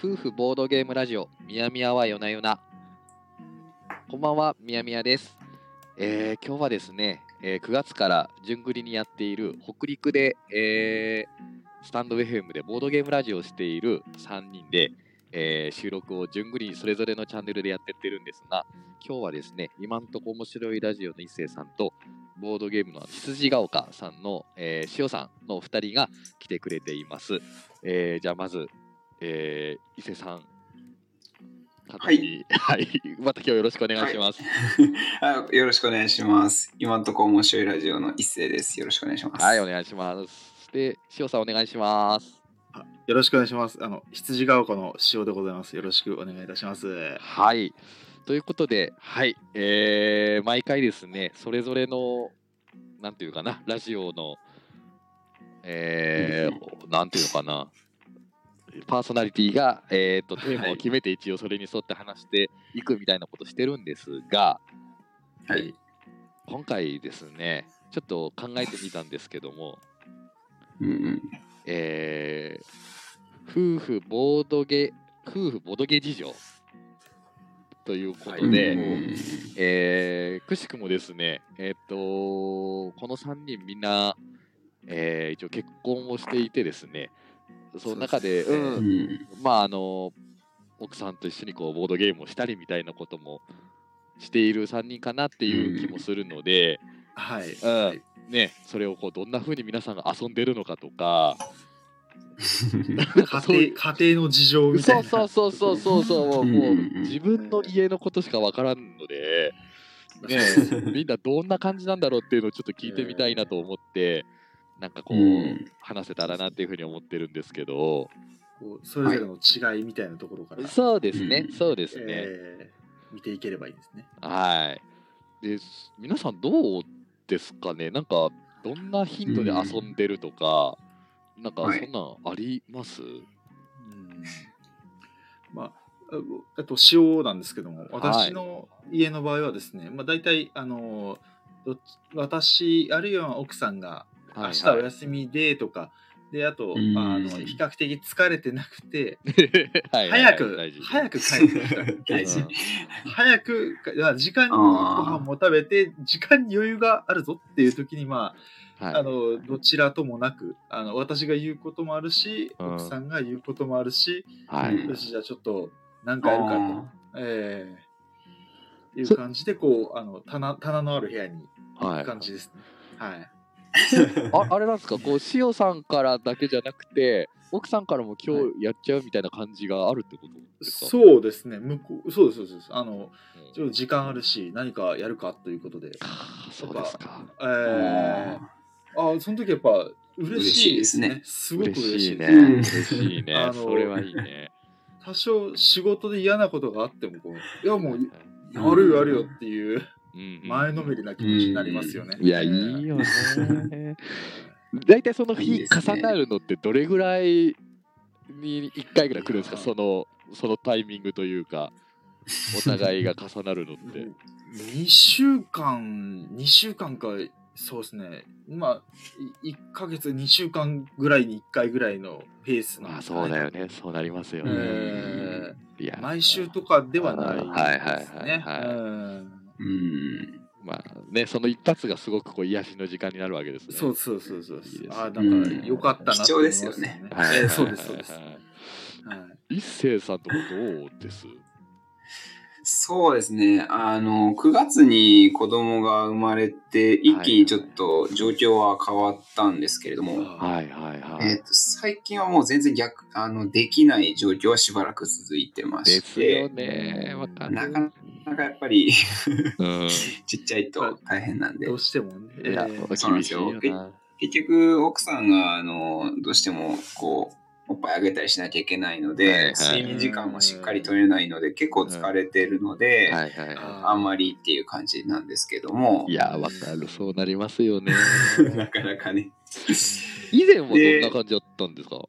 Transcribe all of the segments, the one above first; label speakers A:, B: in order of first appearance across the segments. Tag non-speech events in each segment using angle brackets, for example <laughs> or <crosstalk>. A: 夫婦ボードゲームラジオみやみやはよなよなこんばんはみやみやです、えー今日はですね、えー9月から順繰りにやっている北陸で、えースタンド FM でボードゲームラジオをしている3人で、えー収録を順繰りにそれぞれのチャンネルでやってってるんですが今日はですね今んとこ面白いラジオの一星さんとボードゲームの羊ヶ丘さんの、えー、塩さんのお二人が来てくれています、えーじゃあまずえー、伊勢さん。
B: はい。
A: はい。また今日よろしくお願いします。
B: <laughs> あよろしくお願いします。今んとこ面白いラジオの一斉です。よろしくお願いします。
A: はい、お願いします。で、塩さんお願いします。
C: よろしくお願いします。あの羊が丘の塩でございます。よろしくお願いいたします。
A: はい。ということで、はい。えー、毎回ですね、それぞれの、なんていうかな、ラジオの、えー、なんていうのかな、パーソナリティが、えー、とテーマを決めて一応それに沿って話していくみたいなことしてるんですが、
B: はい。
A: 今回ですねちょっと考えてみたんですけども、
B: うんうん。
A: えー夫婦ボードゲ夫婦ボードゲ事情ということで、
B: うんうん
A: えーくしくもですねえっ、とこの3人みんな、えー一応結婚をしていてですねその中で
C: そうですね
A: う
B: うんんうん
A: まああの奥さんと一緒にこうボードゲームをしたりみたいなこともしている3人かなっていう気もするので、
C: はい。
A: うん
C: はい
A: ね、それをこうどんな風に皆さんが遊んでるのかと
C: <laughs>
A: か、
C: 家庭家庭の事情みたい
A: そ
C: な。
A: うそうそうそうそうそう、
B: うん
A: もう
B: うんうん
A: 自分の家のことしかわからんので、
C: <laughs>
A: ね、みんなどんな感じなんだろうっていうのをちょっと聞いてみたいなと思って、なんかこ
B: う
A: うん話せたらなっていうふうに思ってるんですけど、
C: こうそれぞれの違いみたいなところから、
A: そうですね
B: う、ん
A: そうですね、
C: えー見ていければいいですね。
A: はい。で、皆さんどうですかね、なんかどんな頻度で遊んでるとか、なんかそんなんあります？
C: うんまあ、ああと塩なんですけども、私の家の場合はですね、まあ大体あのどっち私あるいは奥さんが明日お休みでとか。であと、
B: うん
C: あの比較的疲れてなくて
A: はいはい
C: 早く、
A: 大事
C: 早く帰ってきたい
B: 大事。
C: 早くかいや時間にご
B: あー
C: 飯も食べて時間に余裕があるぞっていう時にまあ,、
A: は
C: あ
A: い、
C: のどちらともなくあの私が言うこともあるし、
A: うん
C: 奥さんが言うこともあるし、
A: は
B: う
A: い
B: ん
C: よしじゃあちょっと何かやるかと、ええいう感じでこうあの棚棚のある部屋に
A: は
C: 行
A: い
C: く感じですね。はい
A: ああれなんですかこう塩さんからだけじゃなくて奥さんからも今
C: は
A: 日やっちゃうみたいな感じがあるってことですか、
C: そうですね、向こうそうです、そうです。あの、
A: うん
C: ちょっと時間あるし、何かやるかということで。
A: あーそうですか
C: えー、あーその時やっぱ嬉しいですね。すごく
A: 嬉
C: 嬉
A: し
C: し
A: い
C: い
A: ね
C: ね。
B: うん
A: 嬉しい
C: あ
A: ね
C: の
A: それはいいね
C: 多少仕事で嫌なことがあってもこう、いやもう、
B: うん
C: やるよやるよっていう
A: うんうん
C: 前のめりな気持ちになりますよね。
A: いやい
C: えー
A: いよねだいたいその
B: いい
A: 日
B: ですね
A: 重なるのってどれぐらいに1回ぐらい来るんですか
C: いや
A: そのそのタイミングというかお互いが重なる <laughs> のって
C: 2週間、2週間か、そうですね。まあ、1ヶ月、2週間ぐらいに1回ぐらいのペースの。
A: まあそうだよねそうなりますよ
C: う
A: ね、
C: ん。
A: いや
C: 毎週とかではないですね。
A: はいはいはい
C: うん
B: うん。
A: まあね、その一発がすごくこう癒しの時間になるわけですね。
C: そうそうそうそう
A: いいですね
C: ああだから良かったなって思います
B: 貴重ですよね
A: はい
C: えーそうですそうです。
A: は
C: はいい
A: はいはい一星さんとこどうです。
B: そうですね。あの、9月に子供が生まれて、一気にちょっと状況は変わったんですけれども、
C: はい
A: いはいは
B: えっと、最近はもう全然逆、あの、できない状況はしばらく続いてま
A: で
B: し
A: すよ
B: て、
A: ね。わかる。
B: なかなんかやっぱり、 <laughs>
A: うん。い
B: ちっちゃいと大変なんで
C: ど、うしてもね。え
A: や、
C: ー
B: そうなん
A: 厳
B: で
A: し
B: す
A: い
B: よ
A: よな。
B: 結局奥さんがあのどうしてもこうおっぱいあげたりしなきゃいけないので、
A: はいはい
B: 睡眠時間もしっかり取れないので結構疲れてるので、
A: はいはいは
B: あんまりっていう感じなんですけども
A: い。いや、わかる。そうなりますよね。
B: なかな
A: <laughs>
B: かね
A: 以前はどんな感じだったんですか。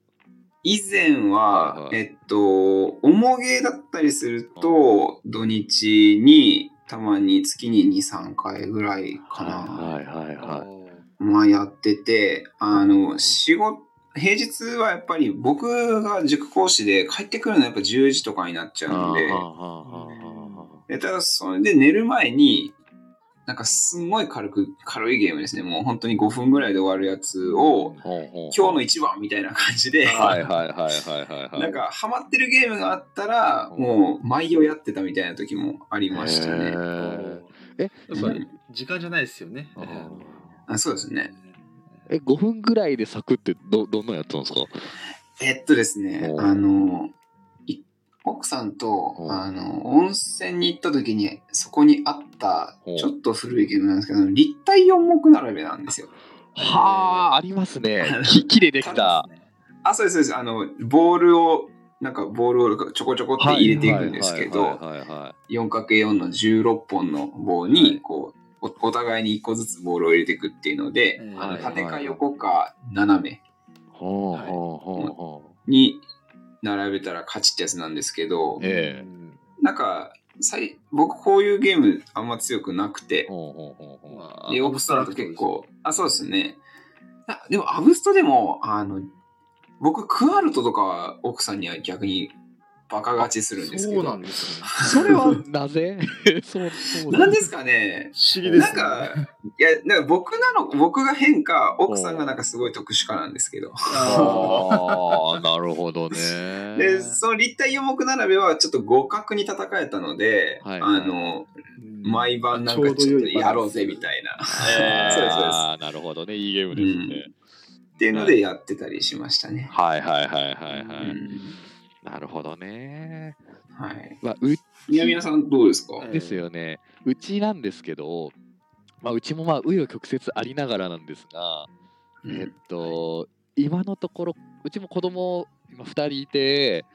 B: 以前は、
A: はいはい
B: えっと重げだったりすると土日にたまに月に23回ぐらいかな、
A: はいはいはいは
C: あー
B: ままあ、やってて、あの、仕事、平日はやっぱり僕が塾講師で帰ってくるのはやっぱ10時とかになっちゃうんで、でただそれで寝る前に、なんかすごい軽く、軽いゲームですね。もう本当に5分ぐらいで終わるやつを、今日の一番みたいな感じで、
A: はいはいはいはいはい。
B: なんかハマってるゲームがあったら、もう毎夜やってたみたいな時もありました
A: へ
B: ね。
A: ーえ
C: やっぱり時間じゃないですよね。
A: あー
B: あそうですね。
A: え5分ぐらいでサクってどどんなやつなんですか
B: えっとですね
A: お、う
B: あの、い奥さんと
A: おう
B: あの温泉に行った時に、そこにあった、
A: おう
B: ちょっと古いゲームなんですけど、立体四目並べなんですよ。
A: はあありますねききれいできた
C: そうですね
B: あ、そうです、そうです。あの、ボールを、なんかボールをちょこちょこって入れていくんですけ
A: はい
B: ど、
A: はいはいはいはい
B: 4×4 の16本の棒に、こう、おお互いに1個ずつボールを入れていくっていうので、あ
A: は
B: の
A: い
B: 縦か横か斜め
A: ほうほうほうほう
B: に並べたら勝ちってやつなんですけど、
A: え
B: なんか、さい僕こういうゲームあんま強くなくて、
A: ほうほうほうほう
C: まあ
B: で、オブストラクト結構、あ、そうですね。あでも、アブストでも、あの、僕、クアルトとかは奥さんには逆にバカ勝ちするんですけ
C: そうな
B: ど、
C: んですよね。
A: それはなぜ <laughs> そうそう
B: なんですかね
C: 不思議で
B: なん
C: すね。
B: か、いや、なんか僕なの、僕が変か、奥さんがなんかすごい特殊かなんですけど。
C: あ
A: ああなるほどね
B: で、その立体四目並べはちょっと互角に戦えたので、
A: はい
B: あの、
C: ー
B: 毎晩なんかちょっとやろうぜみたいな。そうですそうです
A: ああなるほどねいいゲームですね、
B: っていうのでやってたりしましたね。
A: はいはいはいはいは
B: う
A: い、
B: ん
A: なるほどね
B: はい。
A: まあう
B: 宮宮さんどうですか、
C: え
A: ですよね、うちなんですけど、まあ、うちもまあ紆余曲折ありながらなんですが、えっと、今のところうちも子供今2人いて、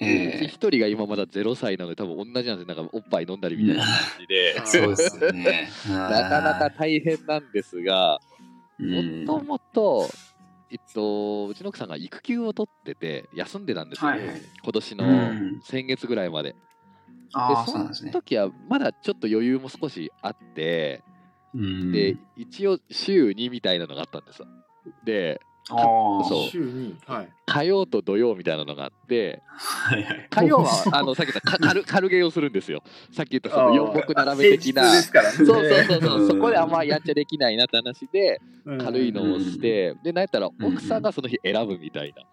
A: うち1
B: え
A: 人が今まだ0歳なので多分同じなんですよなんかおっぱい飲んだりみたいな感じで、
B: <laughs>
C: うん
B: ーそうですよ
A: <laughs>
B: ね。
A: な
B: な
A: かなか、大変なんですが
B: う
A: も
B: ん、
A: ともと、えっと、うちの奥さんが育休を取ってて休んでたんですよ、
B: はいはい
A: 今年
B: う
A: の
B: ん
A: 先月ぐらいまで。で
B: ああ、
A: そ
B: そうなん
A: の
B: ですね。
A: 時はまだちょっと余裕も少しあって、
B: うん
A: で、一応週2みたいなのがあったんですよで
B: ああ、
A: そう
C: 週に、はい。
A: 火曜と土曜みたいなのがあって
B: はいはい。
A: 火曜はあのさっき言ったか軽軽ゲーをするんですよさっき言ったそ
C: あ
A: の
C: ー
A: 四目並べ的な
C: 平日ですからね。
A: そうそうそうそううんそこであんまやんちゃできないなって話で
C: うん
A: 軽いのをしてでなんやったら奥さんがその日選ぶみたいな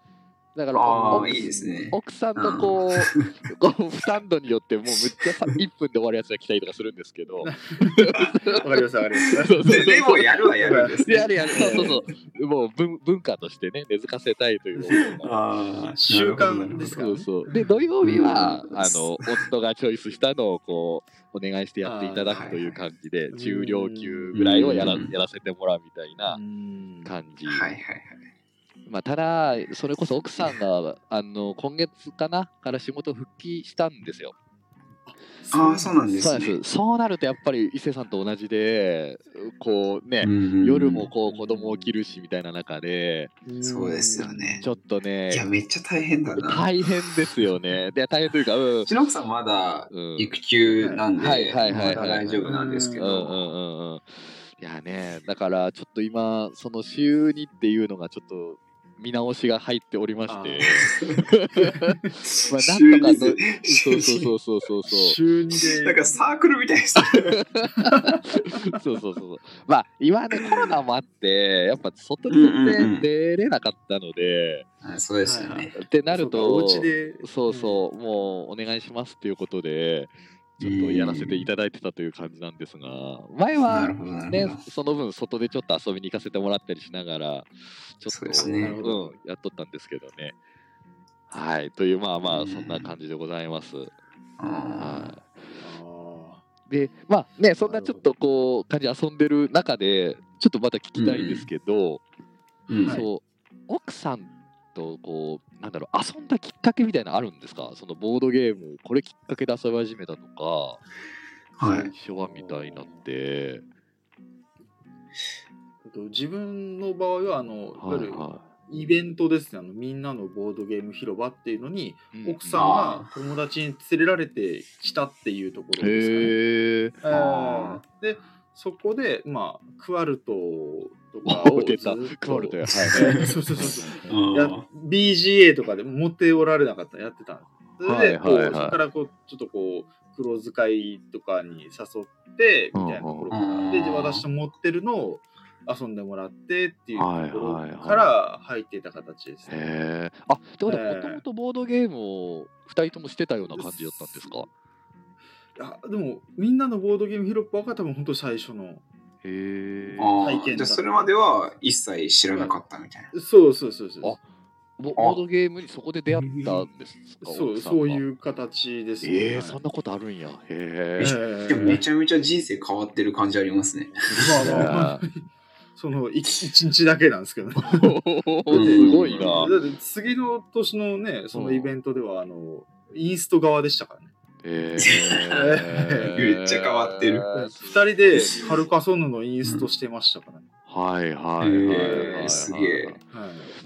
A: だから
B: あ
A: 奥
B: あ、いいですね。
A: 奥さんのこう <laughs> こう負担度によってもうむっちゃさ1分で終わるやつが来たりとかするんですけど
C: わかりますわかります。
A: そうそうそう
B: ででもやるはやるんですね。
A: やるやる、そうそうそう、もう文文化としてね、根付かせたいという思いが。
B: ああ、
C: 習慣
B: なるほど
C: ですか
A: そうそうで土曜日は、
B: うん
A: あの夫がチョイスしたのをこうお願いしてやっていただくという感じで
C: ー
A: 重量級ぐらいをやら
B: うん
A: やらせてもらうみたいな
C: うん
A: 感じ、
B: はいはいはい。
A: まあ、ただそれこそ奥さんがあの今月かなから仕事復帰したんですよ
B: ああ、そうなんで
A: そう
B: す
A: なん
B: ね。
A: ですそうなるとやっぱり伊勢さんと同じでこうね、
B: うん
A: 夜もこう子供起きるしみたいな中で
C: うん
B: そうですよね
A: ちょっとね
B: いや、めっちゃ大変だな。
A: 大変ですよね。で大変というか、うん
B: うちの奥さんまだ
A: うん、
B: 育休なんで、
A: はいはいはいはい
B: まだ大丈夫なんですけ
A: うんうんう
B: ど、
A: んうん。いやね、だからちょっと今、その週にっていうのがちょっと見直しが入っておりまして、まあ
B: 週
A: なん
B: に
A: とかの
B: 週
A: そう
B: に
A: そうそうそうそうそう
C: 週2で。
B: なんかサークルみたいです
A: <laughs>
B: ね。
A: そうそうそう。まあ今ね、コロナもあって、やっぱ外に
B: うんうんう
A: 出
B: ん
A: て出れなかったので、
B: あそうですよね。
A: ってなると、
C: そうかお家で。
A: そうそう、もうお願いしますっていうことで、ちょっとやらせていただいてたという感じなんですが、前
B: な
A: は
B: るほど、なるほ
A: ね、その分、外でちょっと遊びに行かせてもらったりしながら、ち
B: そ
A: ょ
B: う
A: っ
B: で
A: と、
B: すね
A: うん、やっとったんですけどね。はい、という、まあま
B: う
A: あ、
B: ん
A: そんな感じでございます。
B: ど。あ
A: は
C: あ
A: い、で、まあね、そんなちょっとこう、感じで遊んでる中で、ちょっとまた聞きたいんですけど、
B: ーうん
C: はい
A: そう、奥さんとこう、なんだろう、遊んだきっかけみたいなのあるんですかそのボードゲーム、これきっかけで遊び始めたとか、
B: はい。
A: 昭和みたいなって。
C: ーえっと自分の場合は、あの、いわゆる
A: は
C: イベントですね。あの、みんなのボードゲーム広場っていうのに、
A: いはい
C: 奥さんが友達に連れられてきたっていうところですかね。
A: へえ。
C: えー
B: あ
C: でそこで、まあ、クワルトとか
A: お
C: を
A: 出た
C: ずっと
A: クワルトや
C: <laughs> そうそうそうそう
B: うん
C: や BGA とかでも持っておられなかったやってたんですそれで、
A: はいはいはい
C: こうそこからこうちょっとこう黒使いとかに誘ってみたいなところから、
B: うんうんうん
C: でじゃあ私の持ってるのを遊んでもらってっていうところ
A: はいはいはい
C: から入っていた形ですね、
A: へえあってことは
C: え
A: も
C: え
A: ともとボードゲームを2人ともしてたような感じだったんですか
C: あでもみんなのボードゲーム広っぱが多分本当最初の
A: へえ
B: あ
C: 体験
B: ー
C: だ
B: じゃあそれまでは一切知らなかったみたいな。
C: そうそうそうそう
A: あボボードゲームにそこで出会ったんですか
C: そう
A: 奥さん
C: そ
A: は
C: ういう形ですね
A: ええ
C: はい
A: そんなことあるんやへ
C: え
A: え
C: え
B: でもめちゃめちゃ人生変わってる感じありますね。
A: <laughs>
C: まあまあまあその一一日だけなんですけど
A: <laughs>
C: ね
A: おすごいな
C: だって次の年のねそのイベントではあのインスト側でしたからね
A: ええ
B: <laughs> めっちゃ変わってる
C: 2人でカルカソンヌのインストしてましたからね、
A: はいはいはいはいはい、
B: へえすげえ
C: はい、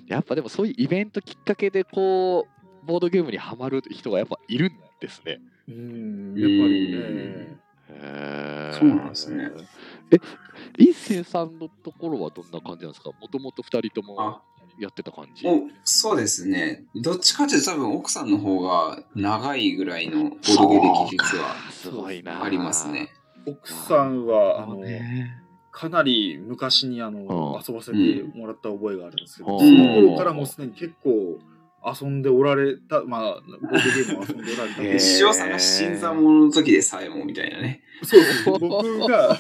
A: やっぱでもそういうイベントきっかけでこうボードゲームにはまる人がやっぱいるんですね。
C: うんやっぱりね、
B: うん
A: へー
B: そうなんですね。
A: え、一星さんのところはどんな感じなんですかもともと2人とも
B: あ
A: やってた感じ
B: おそうですね。どっちかっていうと多分奥さんの方が長いぐらいのボードゲ歴実は
A: すごいな。
B: ありますね。。
C: 奥さんはあの、
A: ね、
C: かなり昔にあの、
A: う
C: 遊ばせてもらった覚えがあるんですけ
A: う
C: ど、
A: ん
C: その頃からもうすでに結構遊んでおられたまあボードゲームを遊んでおられたん
A: へ
C: で
A: ー
B: 一生さんが新参者の時でさえもみたいなね。
C: そうですね僕が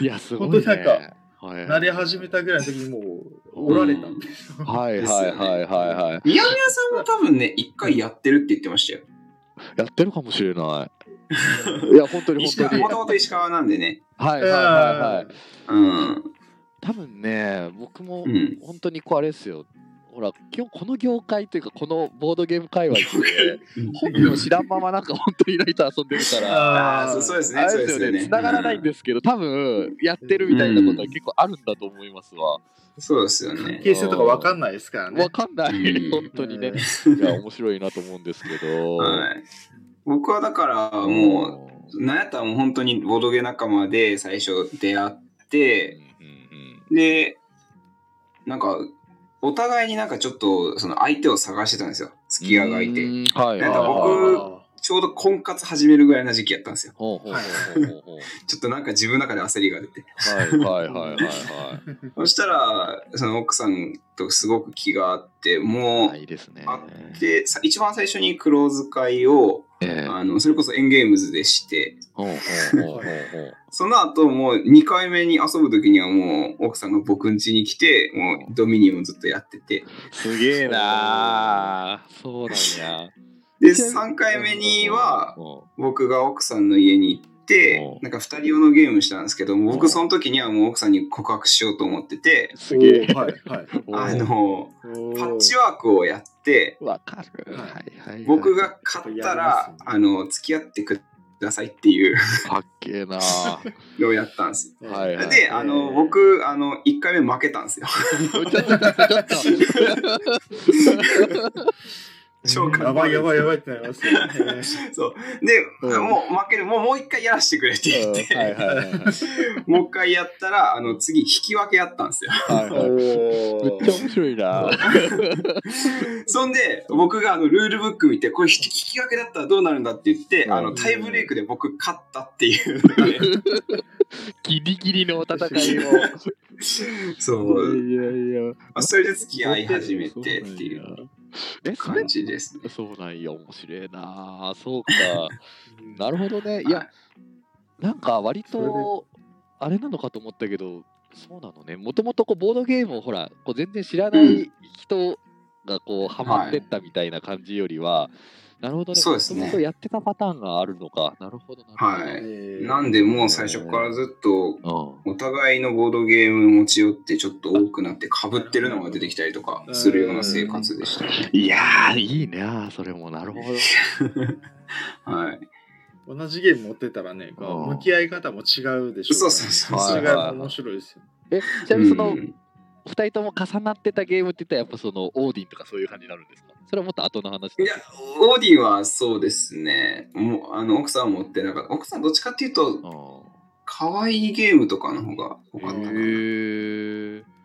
A: いや、すごい、ね。
C: 本当になん
A: か、はい、
C: 慣れ始めたぐらいの時にもうおられたんで、
A: はいはいはいはいはい。
B: 宮宮さんも多分ね、一回やってるって言ってましたよ。
A: やってるかもしれない。いや、本当
C: <laughs>
A: に
B: 石
A: 本
B: 川
A: 当に。
B: も
A: はい
B: ともと石川なんでね。
A: はいはいはい。
B: うん。
A: 多分ね、僕も、
B: うん。
A: 本当にこうあれですよほら今日この業界というかこのボードゲーム界隈って本人を知らんままなんか本当にいないと遊んでるから。
B: ああ、
C: ー
B: そうそうですね。
A: あ
B: そう
A: れ
B: で
A: ですす
B: よ
A: よ
B: ね。
A: ね、繋がらないんですけど、多分やってるみたいなことは結構あるんだと思いますわ。
B: うんそうですよね。
C: 形成とかわかんないですから
A: わ
C: ね。
A: かんない、
B: うん
A: 本当にね。いや、面白いなと思うんですけど。
B: はい。僕はだから、もう、なんやったらもう本当にボドゲ仲間で最初出会っ
A: うん、
B: て、
A: うん
B: で、なんか、お互いになんかちょっと、その相手を探してたんですよ。付き合う相
A: う
B: 手。
A: んはいはい
B: なんか
A: はい
B: 僕ちょうど婚活始めるぐらいの時期やったんですよ。
A: ほうほうほうほうほう
B: ちょっとなんか自分の中で焦りが出て。
A: はいはいはいはいは
B: そしたら、その奥さんとすごく気があって、
A: い
B: <laughs> も
A: あ。いいですね。
B: あう、で、さ一番最初に黒使いを、
A: ええ
B: あの、それこそエンゲームズでして、
A: ほうほうほうほうほう。
B: その後もう2回目に遊ぶ時にはもう奥さんが僕ん家に来て、もうドミニオンずっとやってて、
A: すげえなーそうなんや。
B: で、3回
C: <laughs>
B: 目には
A: う、ん、
B: 僕が奥さんの家に行って
A: お、
B: なんか2人用のゲームしたんですけど、
A: お
B: 僕その時にはもう奥さんに告白しようと思ってて、
A: すげえ。
C: はいはい。
B: あの、
C: パ
B: パッ
C: ッ
B: チワークをやって、
A: わかる。
C: はい
A: はいはい、はい。
B: 僕が勝った
C: やり
B: ら
C: ます、ね
B: あの、付き合ってくださいっていう
A: かっけえなー
B: のをやったんですよ
A: はいはい
B: で、あの、、僕、あの、1回目負けたんですよ。
A: ちょっとちょっと
B: 超かっこいい
C: やばいやばいやばいってなりますよね。
B: <laughs> そう。で、
A: うん
B: もう負ける、もうもう一回やらせてくれって言っ
A: うんはい
B: て、
A: はいはいはい。
B: <laughs> もう一回やったら、あの、次、引き分けやったんですよ。 <laughs>
A: はいはいめっちゃ面白いなー
B: そんで、僕があの、ルールブック見て、これ引き引き分けだったらどうなるんだって言って、
A: うん
B: あの、タイブレイクで僕勝ったっていうので、
A: ギリギリの戦いを。い
B: <laughs> そう。
A: やいやいや。
B: まあそれで付き合い始めてっていう
A: そうなんや。え、それ
B: 感じですね。
A: そうなんや、面白いなーそうか。なるほどね。いや、なんか割とあれなのかと思ったけど、そうなのね。もともとこうボードゲームをほら、こう全然知らな
B: う
A: い人がこうハマってったみたいな感じよりは、なるほどね。
B: そうですね
A: もともとやってたパターンがあるのか。なるほどなるほど。
B: はいな
C: なんん
B: で、もう最初からずっと、
A: うん。
B: お互いのボードゲーム持ち寄ってちょっと多くなって被ってるのが出てきたりとかするような生活でした。
A: いやー、いいなーそれもなるほど。
B: <laughs> はい。
C: 同じゲーム持ってたらね、こう
A: うん
C: 向き合い方も違うでしょ
B: そううそうそう
C: そ
B: そう。
C: れが面白いですよね。
A: え、ちなみにその、
B: うん
A: 2人とも重なってたゲームって言ったら、やっぱそのオーディンとかそういう感じになるんですかそれはもっと後の話なんです
B: い
A: か
B: や、オーディはそうですね。もう、あの、奥さんは持ってなかった。奥さんどっちかっていうと、
A: うん。
B: 可愛いゲームとかの方が多かったかな。
A: へえ。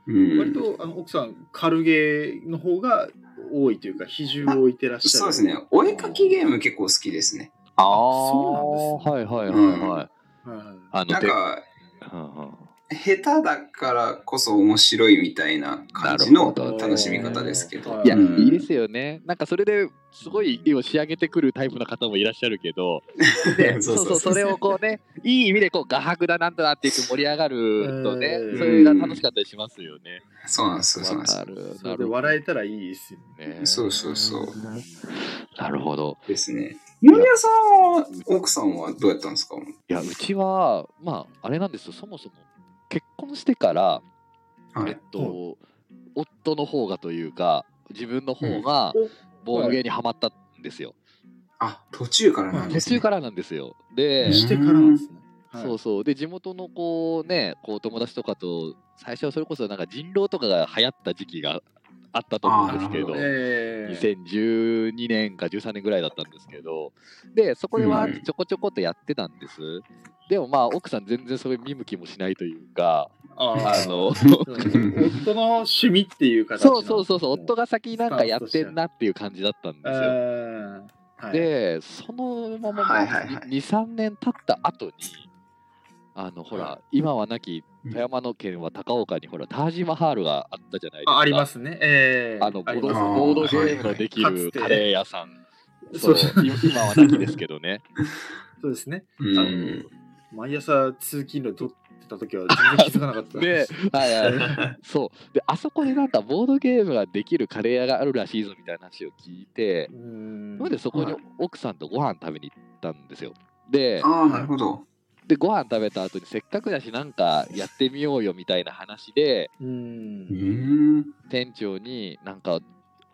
B: うん
C: 割とあの奥さん軽ゲーの方が多いというか比重を置いてらっしゃ
B: そうで
C: る
B: すね。お絵かきゲーム結構好きですね。
A: ああ、
C: そうなんですね
A: はいはいはいはい。
C: はい
A: あの
B: なん
A: で
B: か、
A: うんうん
B: 下手だからこそ面白いみたいな感じの
A: なるほど
B: 楽しみ方ですけど。
A: いや、
B: うん
A: いいですよね。なんかそれですごい絵を仕上げてくるタイプの方もいらっしゃるけ
B: <laughs>
A: ど、でそう
B: そ
A: う
B: そう
A: そう、それをこうね、いい意味でこう、画伯だなんだなって言って盛り上がるとね
C: う、ん
A: それが楽しかったりしますよね。
B: そうなんです、そうなん
A: わ
B: です
A: か。る。
C: そ
A: な
C: れで
A: るほ
C: 笑えたらいいですよね
A: どね。
B: そうそうそう。
A: なるほど。
B: ですね。今宮さんは、奥さんはどうやったんですか
A: いや、うちは、まあ、あれなんですよ、そもそも結婚してから、
B: は
A: えっ
B: い。
A: と、夫の方がというか、自分の方が
C: うん
A: ボードゲーにはまったんですよ。
B: あ、途中からなんで
A: 途
B: す、ね。
A: 中からなんですよ。で、
C: してからなんですねはい
A: そうそうで地元のこうねこう友達とかと最初はそれこそなんか人狼とかが流行った時期があったと思うんですけ
B: あ
A: ど
B: ーな
C: ええ
A: 2012年か13年ぐらいだったんですけどでそこでは
B: うん
A: ちょこちょこっとやってたんです、でもまあ奥さん全然それ見向きもしないというか
C: あ
A: あ
C: ー
A: の
C: そう夫の趣味っていう形
A: そうそうそうそう夫
C: が
A: が先なんかやってんなっていう感じだったんですよ、
C: で
A: でそのまま
B: はいはいはい
A: 23年経った後にあのほら、
C: は
A: 今はなき富山の県は高岡にほらタージマハールがあったじゃないですか。
C: あありますねええ
A: あのボード
B: ります
A: ボードゲームのでき
C: はいはいか
A: る
C: つて
A: カレー屋さん。
C: そ
A: そうう
C: そう
A: い今はなきですけどね。
C: そうですね
B: うん。
C: 毎朝通勤路で撮ってた時は全然気づかなかった
A: で、はいはい、そうであそこでなんかボードゲームができるカレー屋があるらしいぞみたいな話を聞いて
C: う、ん
A: それでそこに
B: はい
A: 奥さんとご飯食べに行ったんですよ。で
B: ああ、なるほど。
A: でご飯食べた後にせっかくだしなんかやってみようよみたいな話で。
C: う
B: うんん。
A: 店長になんか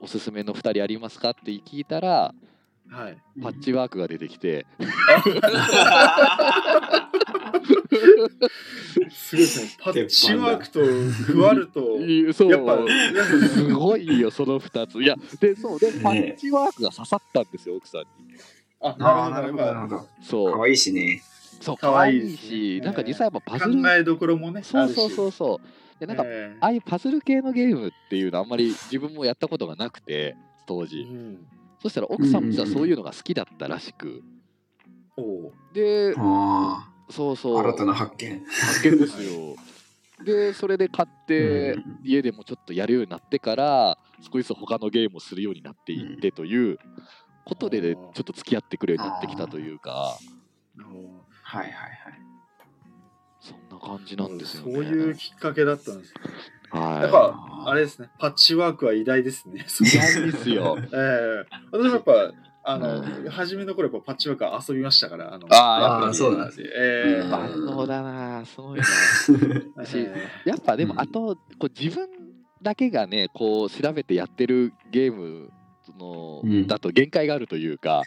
A: おすすめの2人ありますかって聞いたら
C: はい
A: パッチワークが出てきて、
C: すごいですねパッチワークとクワルと
A: いいそう
C: やっぱ
A: すごいよその2ついやでそうでパッチワークが刺さったんですよ奥さんに
C: <laughs> あ
B: ああ、
C: な
B: な
C: る
B: る
C: ほ
B: ほ
C: ど
B: ど、
C: や
B: な
C: っ
B: る
C: ぱ
B: ほど。か
A: そう
B: わいいしね。
A: そう
C: 可
A: 可
C: 愛
A: 愛
C: い
A: いし
C: ですね
A: なんか実際やっぱパズル
C: 考えどころもね
A: そうそうそううそうでなんか、
C: え
A: ああいうパズル系のゲームっていうのあんまり自分もやったことがなくて当
C: え
A: 時
C: うん
A: そしたら奥さんも実はそういうのが好きだったらしく
C: おお
A: で
B: あ
A: そう
B: あ、
A: そう
B: 新たな発見。
A: 発見ですよ。でそれで買って、
B: うん
A: 家でもちょっとやるようになってから少しずつ他のゲームをするようになっていってということで、ね
C: あー
A: ちょっと付き合ってくるようになってきたというか
B: はいはいはい。
A: そんな感じなんですよね。
C: そういうきっかけだったんですやっ
A: は
C: ぱあれですねパッチワークは偉大で
A: <laughs>
C: す
A: い。
C: ね
A: 意外です
B: <laughs>
A: よ。
C: ええ私もやっぱあの、
A: う
C: 初めの頃やっぱパッチワークは遊びましたからあの
A: あー
C: やっ
B: あ
C: ぱ
B: ー
C: り
B: そうなんだ
C: ええ
B: うん
A: 万能だなあすごいな私
C: ええ
A: やっぱでも
B: うん
A: あとこう自分だけがねこう調べてやってるゲームの、
B: うん
A: だと限界があるというか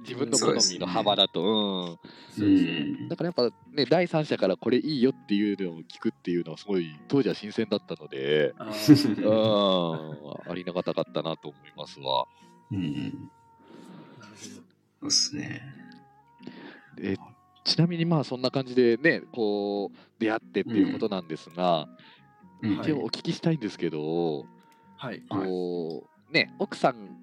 A: 自分の好
B: そうです
A: み
B: ね
A: の幅だと、うん、
B: うん。
A: だからやっぱね第三者からこれいいよっていうのを聞くっていうのはすごい当時は新鮮だったので、
C: あー
A: <laughs> うん、ありがたかったなと思いますわ。
B: うん。
C: なる
B: そうっすね。
A: えちなみにまあそんな感じでねこう出会ってっていうことなんですが、
B: うん
C: はい
A: 一応お聞きしたいんですけど、
C: ほどはい
B: はい
A: こうね奥さん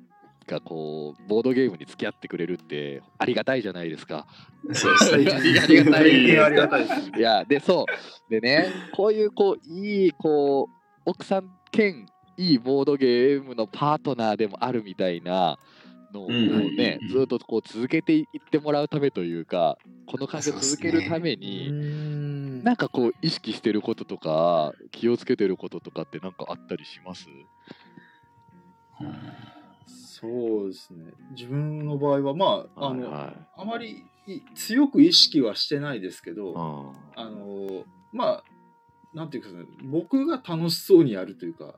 A: がこうボードゲームに付き合ってくれるってありがたいじゃないですか。
B: そうです <laughs> ね。
A: ありがたい
C: 大変ありがたいです
A: いやでそうでねこういうこういいこう奥さん兼いいボードゲームのパートナーでもあるみたいなのを
B: うんうんうん
A: ねずっとこう続けていってもらうためというかこの関係を続けるために、
C: ん
A: なんかこう意識してることとか気をつけてることとかってなんかあったりします
C: そうですね自分の場合はまああの、
A: はい
C: あまりい強く意識はしてないですけど、
A: は
C: あのまあなんていうかね僕が楽しそうにやるというか、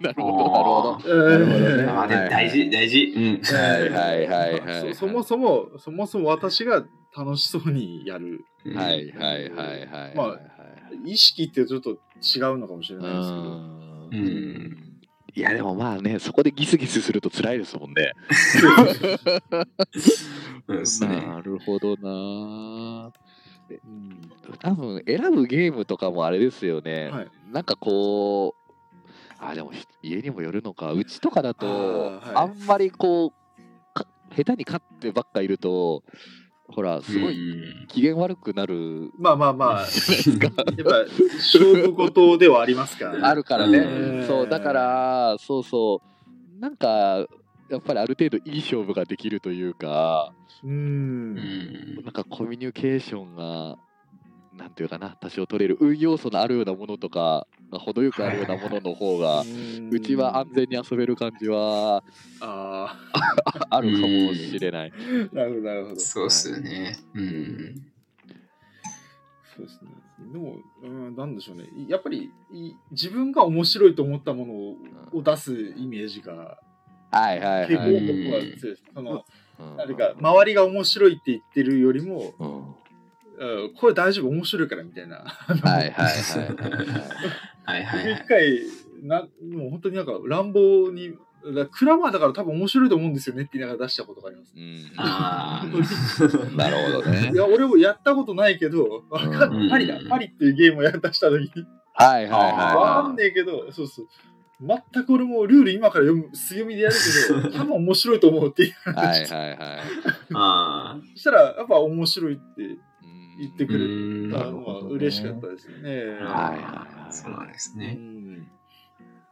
A: い、 <laughs> なるほどなるほど。
C: えー
A: なるほどね
B: ああ、でも大事、大事。うん。
A: はいはいはいはいはい
C: そそもそもそもそも私が楽しそうにやる
A: はいはいはいはい。
C: まあ
A: はい
C: 意識ってちょっと違うのかもしれないですけど
A: は
B: う
A: い、
B: ん。
A: いやでもまあねそこでギスギスすると辛いですもんね。
B: そうですね。
A: なるほどな。
C: うん
A: 多分選ぶゲームとかもあれですよね、
C: はい
A: なんかこうあでもひ家にもよるのかうちとかだと
C: あーは
A: あ
C: い
A: んまりこうか下手に勝ってばっかいるとほらすごい
B: い。
A: 機嫌悪くなる
C: まあまあまあ、やっ
A: じゃない
C: <laughs>
A: ですか
C: ぱ勝負事ではありますからね。
A: あるからね、
C: うん
A: そうだからそうそうなんかやっぱりある程度いい勝負ができるというか
C: う。
B: うんん
A: なんかコミュニケーションが、なんていうかな、多少取れる、運要素のあるようなものとか、が程よくあるようなものの方が、うちは安全に遊べる感じは
C: あ
A: ああるかもしれない。
C: あ、なるほど、なるほど。
B: そうっすよね。うん。
C: そうですね。でも、うん、なんでしょうね。やっぱり、い自分が面白いと思ったものをを出すイメージが、
A: はいはい
C: 結
A: は
C: 構
A: い。
B: うん
C: 僕は強いです。その、
A: うん
C: 何か、周りが面白いって言ってるよりも、
A: うん
C: うんこれ大丈夫、面白いからみたいな。
A: はいはいはいはいはい。
B: はいはいは
C: 一
B: い。
C: 回、なもう本当になんか乱暴に、だからクラマーだから多分面白いと思うんですよねって言いながら出したことがあります。
A: う
B: あ
A: ん、なるほどね
C: い。や、俺もやったことないけど、わか
A: うん
C: んパリだ、パリっていうゲームをやったした時に、
A: はいはい
B: あー
C: わか
A: は
C: んねえけど、そうそう。全く俺もルール今から読む、強みでやるけど、多分面白いと思うって言
A: い。
C: う
A: はいはいはい。
B: あ。ああ。
C: そしたら、やっぱ面白いって
A: うん
C: 言ってく
B: う
C: れ
B: ん。
C: た
B: は
A: な
C: の
A: るほ
C: は
A: どね
C: 嬉しかったですよね。
B: い
A: あ
B: はい。そうなんです
C: う
B: ね。
C: ん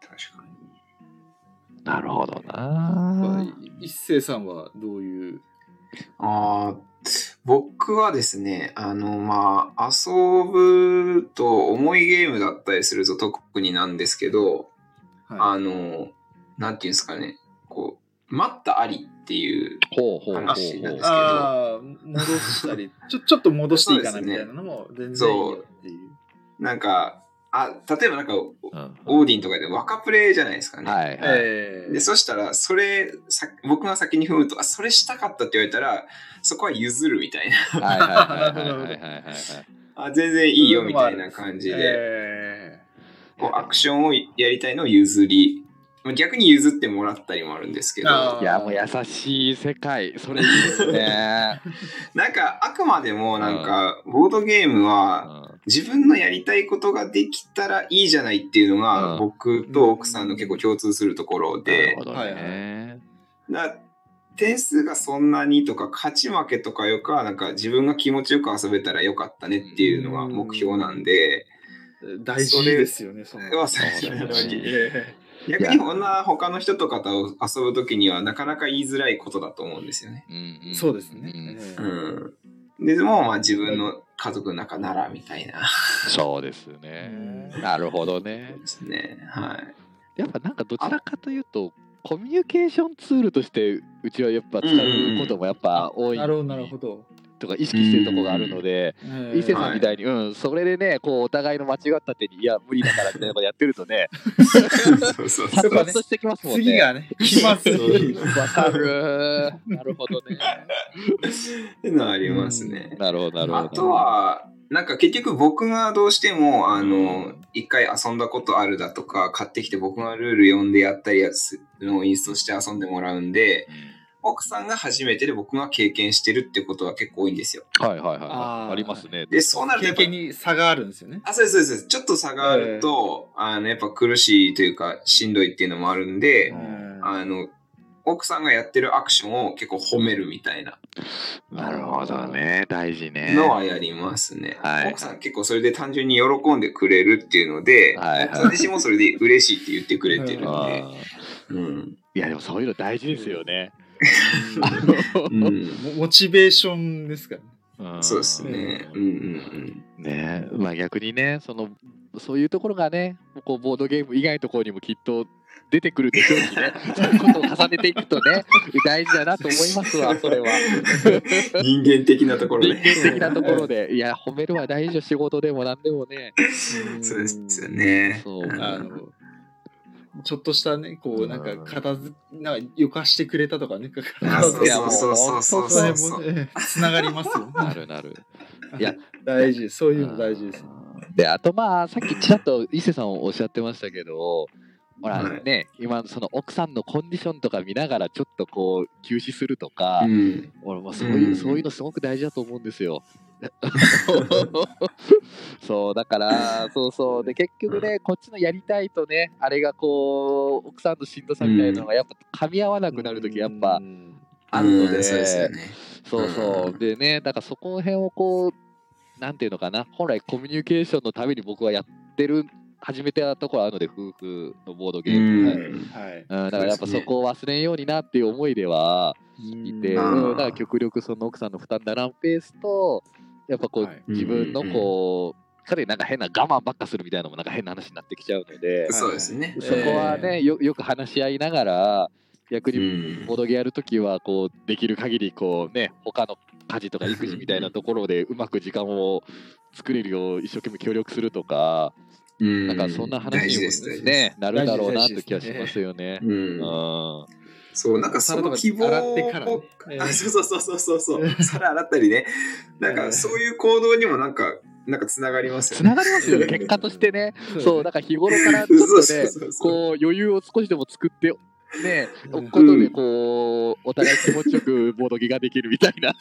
B: 確かに。
A: なるほど
C: まあ
A: な。
C: 一星さんはどういう。
B: ああ、僕はですね、あの、まあ、遊ぶと重いゲームだったりすると特になんですけど、
C: は
B: あの、なんていうんですかね、こう、待ったありっていう、
A: ほうほうほうほ
B: 話なん
A: う
B: で。すけど
C: ああ、戻したり、ちょちょっと戻していいかなみたいなのも全然いいよっていう。
B: なんか、あ、例えばなんか、
A: うん
B: オーディンとかで若プレイじゃないですかね。
A: はいはい。
C: ええ
B: で、そしたら、それ、さ僕が先に踏むと、あ、それしたかったって言われたら、そこは譲るみたいな。
A: はいはいはいはいはいはいはいはい。
B: あ、全然いいよみたいな感じで。
C: え
B: こうアクションをやりたいのを譲り逆に譲ってもらったりもあるんですけど
C: あ
A: いやもう優しい世界それいいですね。 <laughs>
B: なんかあくまでもなんかボードゲーム
A: う
B: は
A: ん
B: 自分のやりたいことができたらいいじゃないっていうの
A: うん
B: が僕と奥さんの結構共通するところ
A: なる
B: で
A: ほどね。
B: だ点数がそんなにとか勝ち負けとかよりかはなんか自分が気持ちよく遊べたらよかったねっていうのが目標なんで
C: ー大事ですよね、そんな
B: 忘れ
A: そ
B: な
A: う
B: いよう
A: だ
B: に
A: ね
C: え
B: 逆にこんな他の人とかと遊ぶ時にはなかなか言いづらいことだと思うんですよね。
A: うん
C: えそうですね。
A: うん
C: ええ
B: うん。で、でも、まあ自分の家族の中ならみたいな。
A: そうですね。なるほどね。
B: ですね。はい。
A: やっぱなんかどちらかというとコミュニケーションツールとしてうちはやっぱ使うこともやっぱ多い
C: なるほど、なるほど。
A: とか意識してるとこがあるので、
C: ええ
A: 伊勢さんみたいに、うんそれでねこうお互いの間違った手にいや無理だからってやっぱやってると
B: <laughs>
A: ね、
B: そ
A: 殺
B: うそうそう。
A: 伐としてきますもんね。
C: 次がね、気まずい。
A: わかる。なるほどね。
B: っていうのはありますね。
A: なるほどなるほど。
B: あとは、なんか結局僕がどうしても、あの、一回遊んだことあるだとか、買ってきて僕がルール読んでやったりやつのをインストして遊んでもらうんで、奥さんが初めてで僕が経験してるってことは結構多いんですよ。
A: はいはいはいはい
C: あ
A: あ
C: ー
A: りますね。
B: で、そうなるとや
C: 経
B: っぱ
C: 験に差があるんですよね。
B: あ、そうです、そうです。ちょっと差があると、あの、やっぱ苦しいというか、しんどいっていうのもあるんで、
A: うん
B: あの、奥さんがやってるアクションを結構褒めるみたいな
A: なるほどね、大事ね。
B: のはやりますね。
A: はい
B: 奥さん結構それで単純に喜んでくれるっていうので、
A: はい
B: 奥さん自身もそれで嬉しいって言ってくれてるん
A: あ
B: で
A: ー。
B: うん。
A: いやでもそういうの大事ですよね。
B: うん
C: モモチベーションですから
A: <laughs>
C: ね。
A: ん
B: そうですね。うんうん
A: ねまあ逆にねそのそういうところがねこうボードゲーム以外のところにもきっと出てくるでしょうし
B: <laughs>
A: ねそういうことを重ねていくとね大事だなと思いますわそれは。
B: うん。人間的なところ
A: 人
B: で。
A: 間的なところでいや褒めるは大事よ仕事でも何でもね。
B: <laughs> そうですよね。
A: そう
C: あのちょっとしたね、こ
A: う
C: う、
A: ん
C: なんか、片づ、なんか、床してくれたとかね、片
B: あ
C: 付
B: そう
C: け
B: そうそうそうそう
C: そ
B: そ
C: れ
B: うそ
C: も
B: う。
C: ね、つながります
A: <laughs>
C: よ。
A: なるなる。いや
C: 大事、そういうの大事です。
A: であとまあさっきちらっと伊勢さんおっしゃってましたけどほら
B: はい
A: ね、今その奥さんのコンディションとか見ながらちょっとこう休止するとか、
B: うん。
A: 俺もそういう、
B: うん <laughs>
A: そういうのすごく大事だと思うんですよ。そうだからそうそうで結局ねこっちのやりたいとねあれがこう奥さんのしんどさみたいなのがやっぱ噛み合わなくなる時やっぱあるので、
B: うんそうですよね。
A: そうそうでねだからそこの辺をこうなんていうのかな本来コミュニケーションのために僕はやってる始めたところあるので夫婦のボードゲーム、はい
B: うん
C: はい。
A: うん、だからやっぱそこを忘れんようになっていう思いではいて、
B: あー
A: うんだから極力その奥さんの負担にならんペースとやっぱこう、
C: はい
A: 自分のこう彼なんか変な我慢ばっかするみたいなのもなんか変な話になってきちゃうので、
C: い
B: そうですね。
A: そこはねよよく話し合いながら逆
B: う
A: に
B: ん
A: ボードゲームやるときはこうできる限りこうね他の家事とか育児みたいなところでうまく時間を作れるよう一生懸命協力するとか、
B: うん
A: なんかそんな
B: 大
A: 話
B: 事
A: に
B: です
A: も
B: ね。
A: ねなるだろうな
C: 大
A: っ
C: 事
A: て
C: です
A: 気がしますよね。
B: う
A: うんん
B: そう、なんかその希望
C: 洗ってからね
B: を、
C: えー
B: あそうそうそうそうそう、皿洗ったりね、なん
C: えー
B: かそういう行動にもなんか、なんかつながりますよ
A: つ
B: ね。
A: ながりますよね、結果としてね。そう、だから日頃からち
C: <laughs>
B: そう
A: ょっと
B: そう
A: ね
B: そう、そう
A: こう余裕を少しでも作って、ね、
C: う
A: お
C: ん
A: くことで、こう、お互い気持ちよくボードゲができるみたい
C: <laughs>
A: な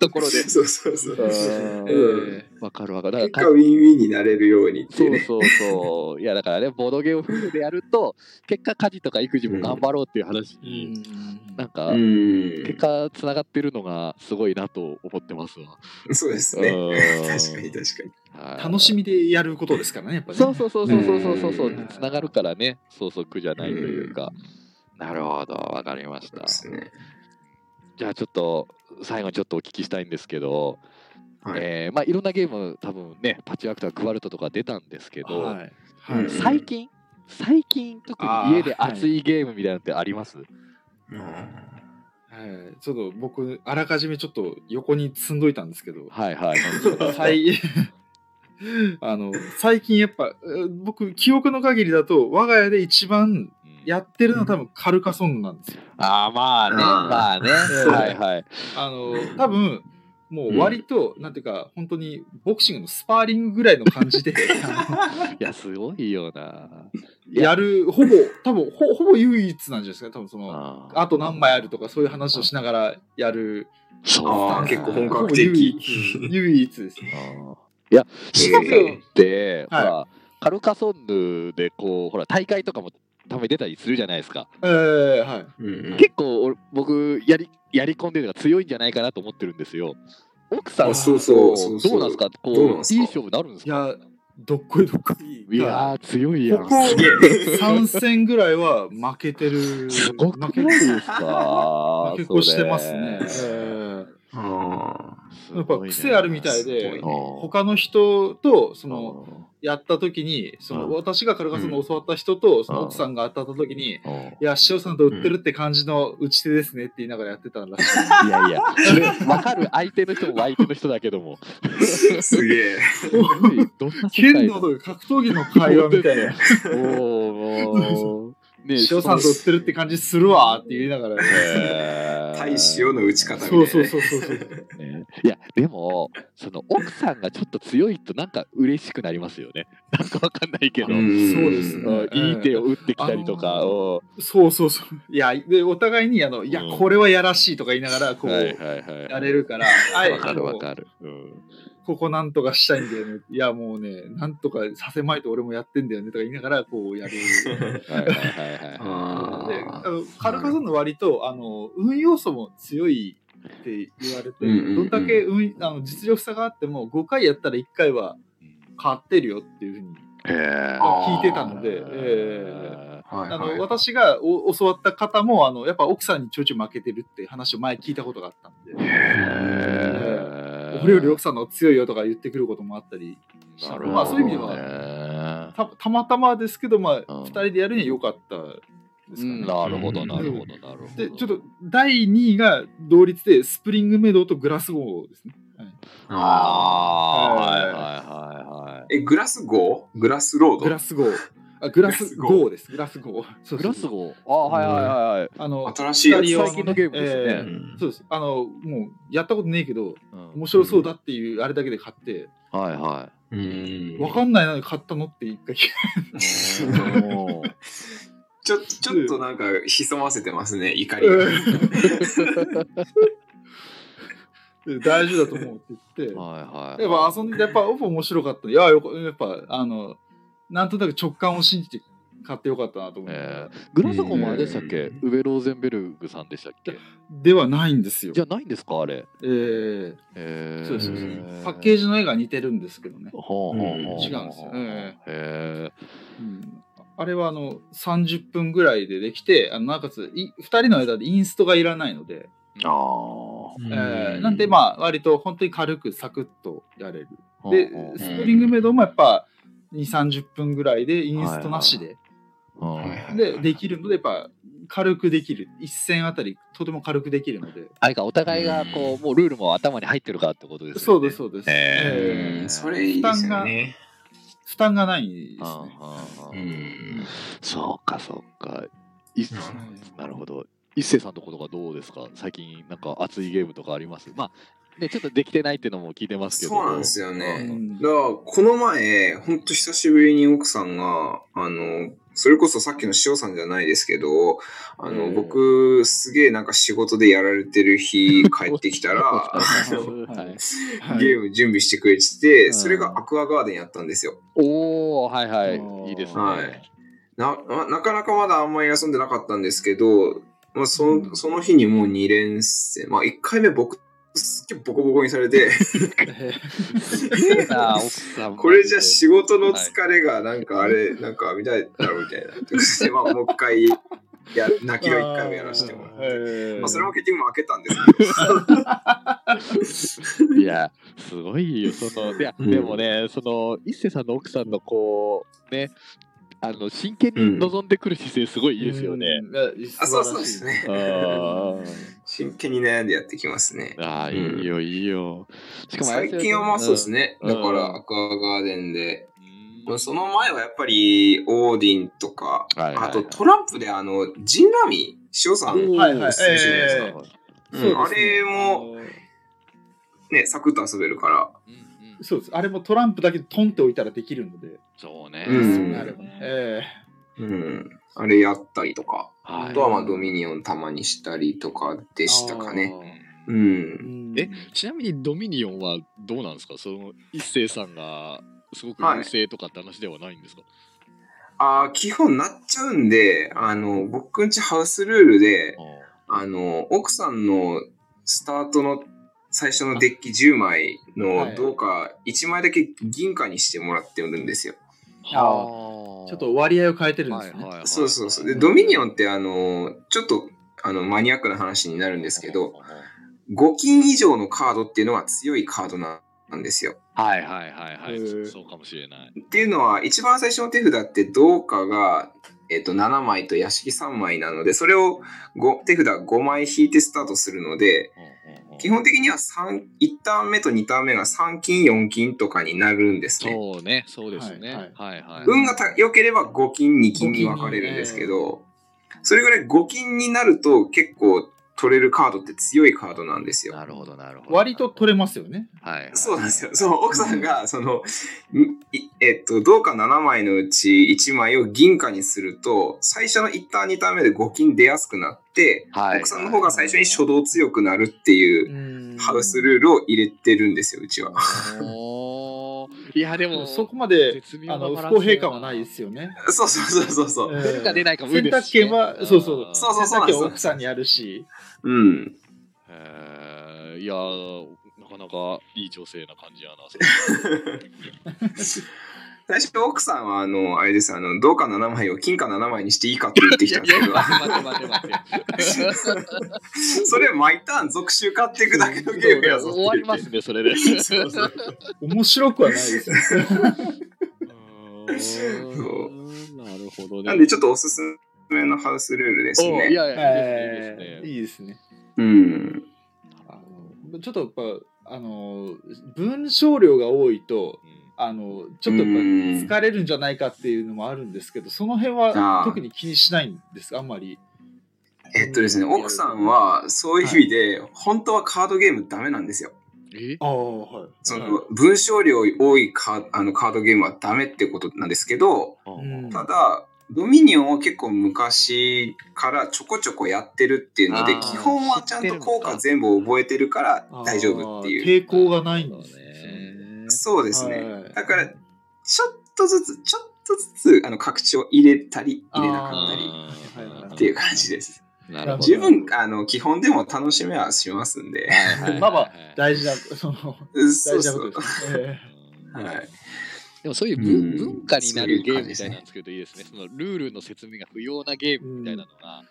A: ところで。
B: そうそうそう。
A: う
B: うん
A: んわかるわかる。だ
B: 結
A: か
B: 果
A: ら
B: ウィンウィンになれるようにってい
A: そうう
B: ね。
A: そうそう。いや、だからね、ボードゲを夫婦でやると、結果家事とか育児も頑張ろうっていう話
C: う
A: に、
C: ん
A: なんか
B: う、
A: 結
B: ん。
A: 果つながってるのがすごいなと思ってますわ。
B: そうですね。
A: うん
B: 確かに確かに。
A: 楽
C: 楽しみでやることですからね、やっぱり、ね。
A: そうそうそうそうそうそうそうそううんつながるからねそうそう苦じゃないというか、なるほどわかりまし
B: そう
A: た
B: ですね。
A: じゃあちょっと最後にちょっとお聞きしたいんですけど、
B: はい。
A: えーまあ、いろんなゲーム多分ねパッチワークとかクワルトとか出たんですけど、
C: はい。はい。
B: うん
A: 最近最近特に家で熱いゲームみたいなのってあります、
C: はい、ちょっと僕、あらかじめちょっと横に積んどいたんですけど、
A: はい、 <laughs> はい
C: 最 <laughs> あの最近やっぱ、えー僕、記憶の限りだと、我が家で一番やってるのは多分カルカソンヌなんですよ。
A: ああまあねまあね
C: うん
A: はいはい
C: あの、多分、もう割と、なんていうか、本当にボクシングのスパーリングぐらいの
A: <laughs>
C: 感じで、あ
A: いやすごいよな
C: のやる、ほぼ、 <laughs> 多分ほ、ほぼ唯一なんじゃないですか、多分その、
A: あー
C: あと何枚あるとか、そういう話をしながらやる。
A: そう
B: あ
A: なん
B: ー
A: だ
B: 結構本格
C: ほぼ唯一唯一ですね。
A: いや、
B: ー
A: シナブって、
C: は
A: ほ
C: い
A: ら、カルカソンヌで、こう、ほら、大会とかもたまに出たりするじゃないですか。
C: ええはい。
B: うん
A: 結構、俺僕、やり、やり込んでるのが強いんじゃないかなと思ってるんですよ。奥さん
B: あそうそうそうそう
A: どうなんですかこう
B: どうなんですか
A: いい勝負になるんです
C: い
A: か
C: や、どっこいどっこい。
A: いやー、強いやん
C: こ。こ
B: すげえ
C: 3戦ぐらいは負けてる。
A: すごくない
C: 負けてる
A: ですか
C: 負け越してますね。え
A: それ
C: ー
B: あ
A: すごいね
C: やっぱ癖あるみたい
B: すご
C: で
B: いね、
C: 他の人と、そ
A: あ
C: の、
A: ー
C: やった時に、その、
A: うん
C: 私がカルカソンを教わった人と、その
A: うん
C: 奥さんが当たった時に、い
A: あー
C: や、師匠さんと売ってるって感じの打ち手ですねって言いながらやってたらしい。
A: いやいや、それ分かる相手の人も相手の人だけど
C: <laughs>
A: も。
B: ー <laughs> すげえ。
A: どんな世界
C: 剣
A: だ
C: 道とか格闘技の会話みたいな。
A: おー
C: <laughs>
A: もう。ね
C: 師匠さんと売ってるって感じするわって言いながら。
B: 対塩の打ち方みたいな
C: そ
B: ね。
C: うそうそうそうそう。
A: ねいや、でも、その奥さんがちょっと強いと、なんか嬉しくなりますよね。 <laughs> なんかわかんないけど。
B: ん
C: そうですね
A: うんいい手を打ってきたりとか、
C: あ
A: うん
C: そうそうそう。いや、で、お互いに、あの、いや
A: うん、
C: これはやらしいとか言いながら、こう、
A: はいはいはい。
C: やれるから、あえ
A: わ
C: て
A: かるわ
C: こう、
A: かる。うん
C: ここなんとかしたいんだよね。いや、もうね、なんとかさせまいと俺もやってんだよねとか言いながら、こう、やる。
A: はいはいはいはい。
B: あ
C: で
B: ー
C: あのカルカソンの割とあの運要素も強いって言われて、
B: うんうんうん
C: どんだけ運あの実力差があっても5回やったら1回は勝ってるよっていうふうに
A: へえ。
B: あ
C: 聞いてたので、ええ
B: はい
C: あ
B: はい
C: の私がお教わった方もあのやっぱ奥さんにちょいちょい負けてるって話を前聞いたことがあったん
A: へ
C: で、
A: え
C: 俺より奥さんの方が強いよとか言ってくることもあったりし
A: な
C: たの
A: る
C: で
A: ほどね
C: まあそういう意味では
A: は。
C: たたまたまですけど、まあ、
A: うん
C: 2人でやるには良かったですかね。
A: なるほどなるほどなるほど。
C: で、ちょっと第2位が同率で、スプリングメドウとグラスゴーですね。
B: あ
A: ああ、はいは
C: えー
A: いはいはい。
B: ーえ、グラスゴーグラスロード
C: グラスゴー。あグラスゴーです。グラスゴー。そうそう
A: グラスゴーああ、はいはいはいはい。
C: あの、
B: 新しいや
C: 二人用
A: 最近のゲームですね
C: え
B: う
C: え
B: ん
C: そうです。あの、もう、やったことねえけど、面
A: 面
C: 白そうだっていう、あれだけで買って、
A: 白い。はいは
B: うん
C: わかんないのに買ったのって一回聞
A: い。
C: い
A: ち
B: ちょちょっとなんか潜ませてますね、怒
C: た
B: りが。
C: 大丈夫だと思うって
A: <laughs>
C: 言っ
A: はい
C: て、
A: はい。
C: やっぱ遊んで、やっぱオフ面白かった。いや、よかやっぱ、あの、なんとなく直感を信じて買ってよかったなと思って。
A: えー、グラザコもあれでしたっけ、ウベローゼンベルグさんでしたっけ
C: ではないんですよ。
A: じゃないんですかあれ。
C: えー
A: えー、
C: そうそうそう
B: え
C: パッケー
A: ジ。
C: ジの絵が似てるんですけどね。
A: ほうほうほう
B: うん
C: 違うんですよえ
A: え
C: うんあれはあの30分ぐらいでできて、あのなおかつい2人の間でインストがいらないので、
A: ー、あ
C: えーなんでまあ割と本当に軽くサクッとやれる。
A: あ。
C: で
A: ほうほう、
C: スプリングメイドもやっぱ2、30分ぐらいでインストなしで、
A: うん
B: はいはい
C: でできるので、やっぱ軽くできる。1戦あたりとても軽くできるので。
A: あれか、お互いがこう、もうルールも頭に入ってるからってことですよね。
C: そうです、
A: う
C: そうです。
A: え
B: う
A: ー
B: んそれいいですよね。
C: 負担がないです
A: です、ね
C: ね。
B: う
C: うんん
A: そうか、そうか。い
C: ん
A: なるほど。一星さんとことかどうですか最近、なんか熱いゲームとかありますまあ、ね、ちょっとできてないっていうのも聞いてますけど。
B: そうなんですよ
A: う
B: ね。
C: ん
B: だから、この前、ほんと久しぶりに奥さんが、あの、それこそさっきの塩さんじゃないですけど、あ
A: う
B: の、
A: ん
B: 僕、すげえなんか仕事でやられてる日帰ってきたら、
A: お疲れ様です
C: あの
A: はい
C: はい
B: ゲーム準備してくれてて、
A: ん
B: それがアクアガーデンやったんですよ。
A: おー、はいは
C: あー
A: い。いいですね。
B: はいな、ななかなかまだあんまり遊んでなかったんですけど、まあ、そのその日にもう2連戦、まあ、1回目僕、すっげえボコボコにされて、
A: すげえな、奥さん。
B: これじゃ仕事の疲れがなんかあれ、なんか見たいだろうみたいな。ということで、まあ、もう一回や、泣きを一回もやらせてもらって。
C: えー
B: まあ、それも結局負けたんです
A: いや、すごいよ、その、いや、
B: うん
A: でもね、その、一世さんの奥さんのこう、ね、あの、真剣
B: うん
A: に望んでくる姿勢、すごいいいですよね。
C: うん。いや
B: あそうそうです。ね
A: あー
B: けど、真剣に悩んでやってきますね。
A: あ
B: うん
A: ー、いいよ、いいよ。しかもあれ
B: 最
A: ですよね、
B: 近はまあそうですね。
A: うん
B: だから、アクアガーデンで。
A: うん。
B: まあその前はやっぱり、オーディンとか、
A: はいはい
B: あとトランプであの、ジンラミ、塩さん、
A: おー
C: はいはい
B: するじゃないですか
A: え
B: うんあれも、ね、サクッと遊べるから、
A: えうんうん
C: そうです。あれもトランプだけトンって置いたらできるので。
A: そうね。
B: うん
C: そうなればねえ
B: うん、あれやったりとか、
A: は
B: あ
A: い
B: とはまあドミニオンたまにしたりとかでしたかね。う
C: え
B: ん。
A: えちなみにドミニオンはどうなんですかその一星さんがすごく優勢とかって話ではないんですか、
B: あー基本なっちゃうんで、あの、僕んちハウスルールで、あの、奥さんのスタートの最初のデッキ10枚
C: は
B: の
C: い
B: どうか1枚だけ銀貨にしてもらってるんですよ。
A: あー
C: あ
A: はあ
C: ちょっと割合を変えてるん
A: はい
C: です
A: はい
C: ね。
A: はい
B: そうそうそう。で、ドミニオンってあの、ちょっとあのマニアックな話になるんですけど、5金以上のカードっていうのは強いカードなんですよ。
A: はいはいはいはい、
C: へー
A: そうかもしれない
B: っていうのは一番最初の手札ってどうかが、えっと7枚と屋敷3枚なのでそれをご手札5枚引いてスタートするので基本的には3 1ターン目と2ターン目が3金4金とかになるんですね。
A: そうねそうですね
C: はい
A: はいはい、
B: 運がた良ければ5金2金に分かれるんですけどそれぐらい5金になると結構取れるカードって強いカードなんですよ。
A: なるほどなるほど
C: 割と取れますよね。
A: はい、はい、
B: そうなんですよ。そう、奥さんが、その、んいえっと、どうか7枚のうち1枚を銀貨にすると、最初の1ターン2ターン目で5金出やすくなって、
A: はい
B: 奥さんの方が最初に初動強くなるっていうハウスルールを入れてるんですよ、うちは。
A: おーいやでも
C: そこまで
A: 絶
C: あ
A: 妙な
C: の
A: バ
C: 不
A: ランス
C: 公平感はないですすよね。
B: そうそうそうそうそう。
A: 出るか出ないかも
C: 選択権は、そうそう。
B: そうそう
C: 選
B: そうなんで
C: 択権
B: す
C: は奥さんにあるし。
B: うん。
A: えーいやーなかなかいい女性な感じやな。そ
B: 最初、奥さんは、あの、あれです、あの、どうか7枚を金貨7枚にしていいかって言ってきたんですけど、
A: れ待って待 <laughs> って待って。
B: <laughs> それ毎ターン続集買っていくだけのゲームやぞって
A: 終
B: 言っ
A: わ
B: て
A: りますね、そ
B: <laughs>
A: れで。
B: そうそう
C: 面白くはないですよね。
A: そうなるほどね。
B: なんでちょっ
A: と
B: とおすすめのハウスルールですね。
A: いやいや、いいですねいいです
C: えー
A: ね。
C: いいですね。
B: うん。
C: あのちょっとやっぱあの文章量が多いとあのちょっとやっぱ
B: うん
C: 疲れるんじゃないかっていうのもあるんですけどその辺は
B: あー
C: 特に気にしないんですあんまり
B: えっとですね、奥さんはそういう意味で、本当はカードゲームダメなんですよ。
A: え
C: ああはい
B: そ
C: はい
B: の文章量多いカあのカードゲームはダメってことなんですけど、
A: あ
C: うん
B: ただ、ドミニオンは結構昔からちょこちょこやってるっていうので
A: あー
B: 基本はちゃんと効果全部覚えてるから大丈夫っていう
C: 抵抗がないんです
A: ね
B: そうですね、
C: はい
B: だからちょっとずつちょっとずつあの拡張を入れたり入れなかったり
A: り
B: っていう感じです
A: なるほど
B: 十分あの基本でも楽しめはしますんで
A: はいはいはいはい
C: まあまあ大事なその
B: そ
C: 大
B: う
C: 事な
B: そ
C: こ
B: う
C: とですね。
A: うん
B: はい
A: でもそういう
B: う
A: 文
B: ん
A: 文化になるゲームみた
B: そうい
A: いな
B: う感じですね
A: の作るといいですね。そのルールの説明が不要なゲームみたいなのが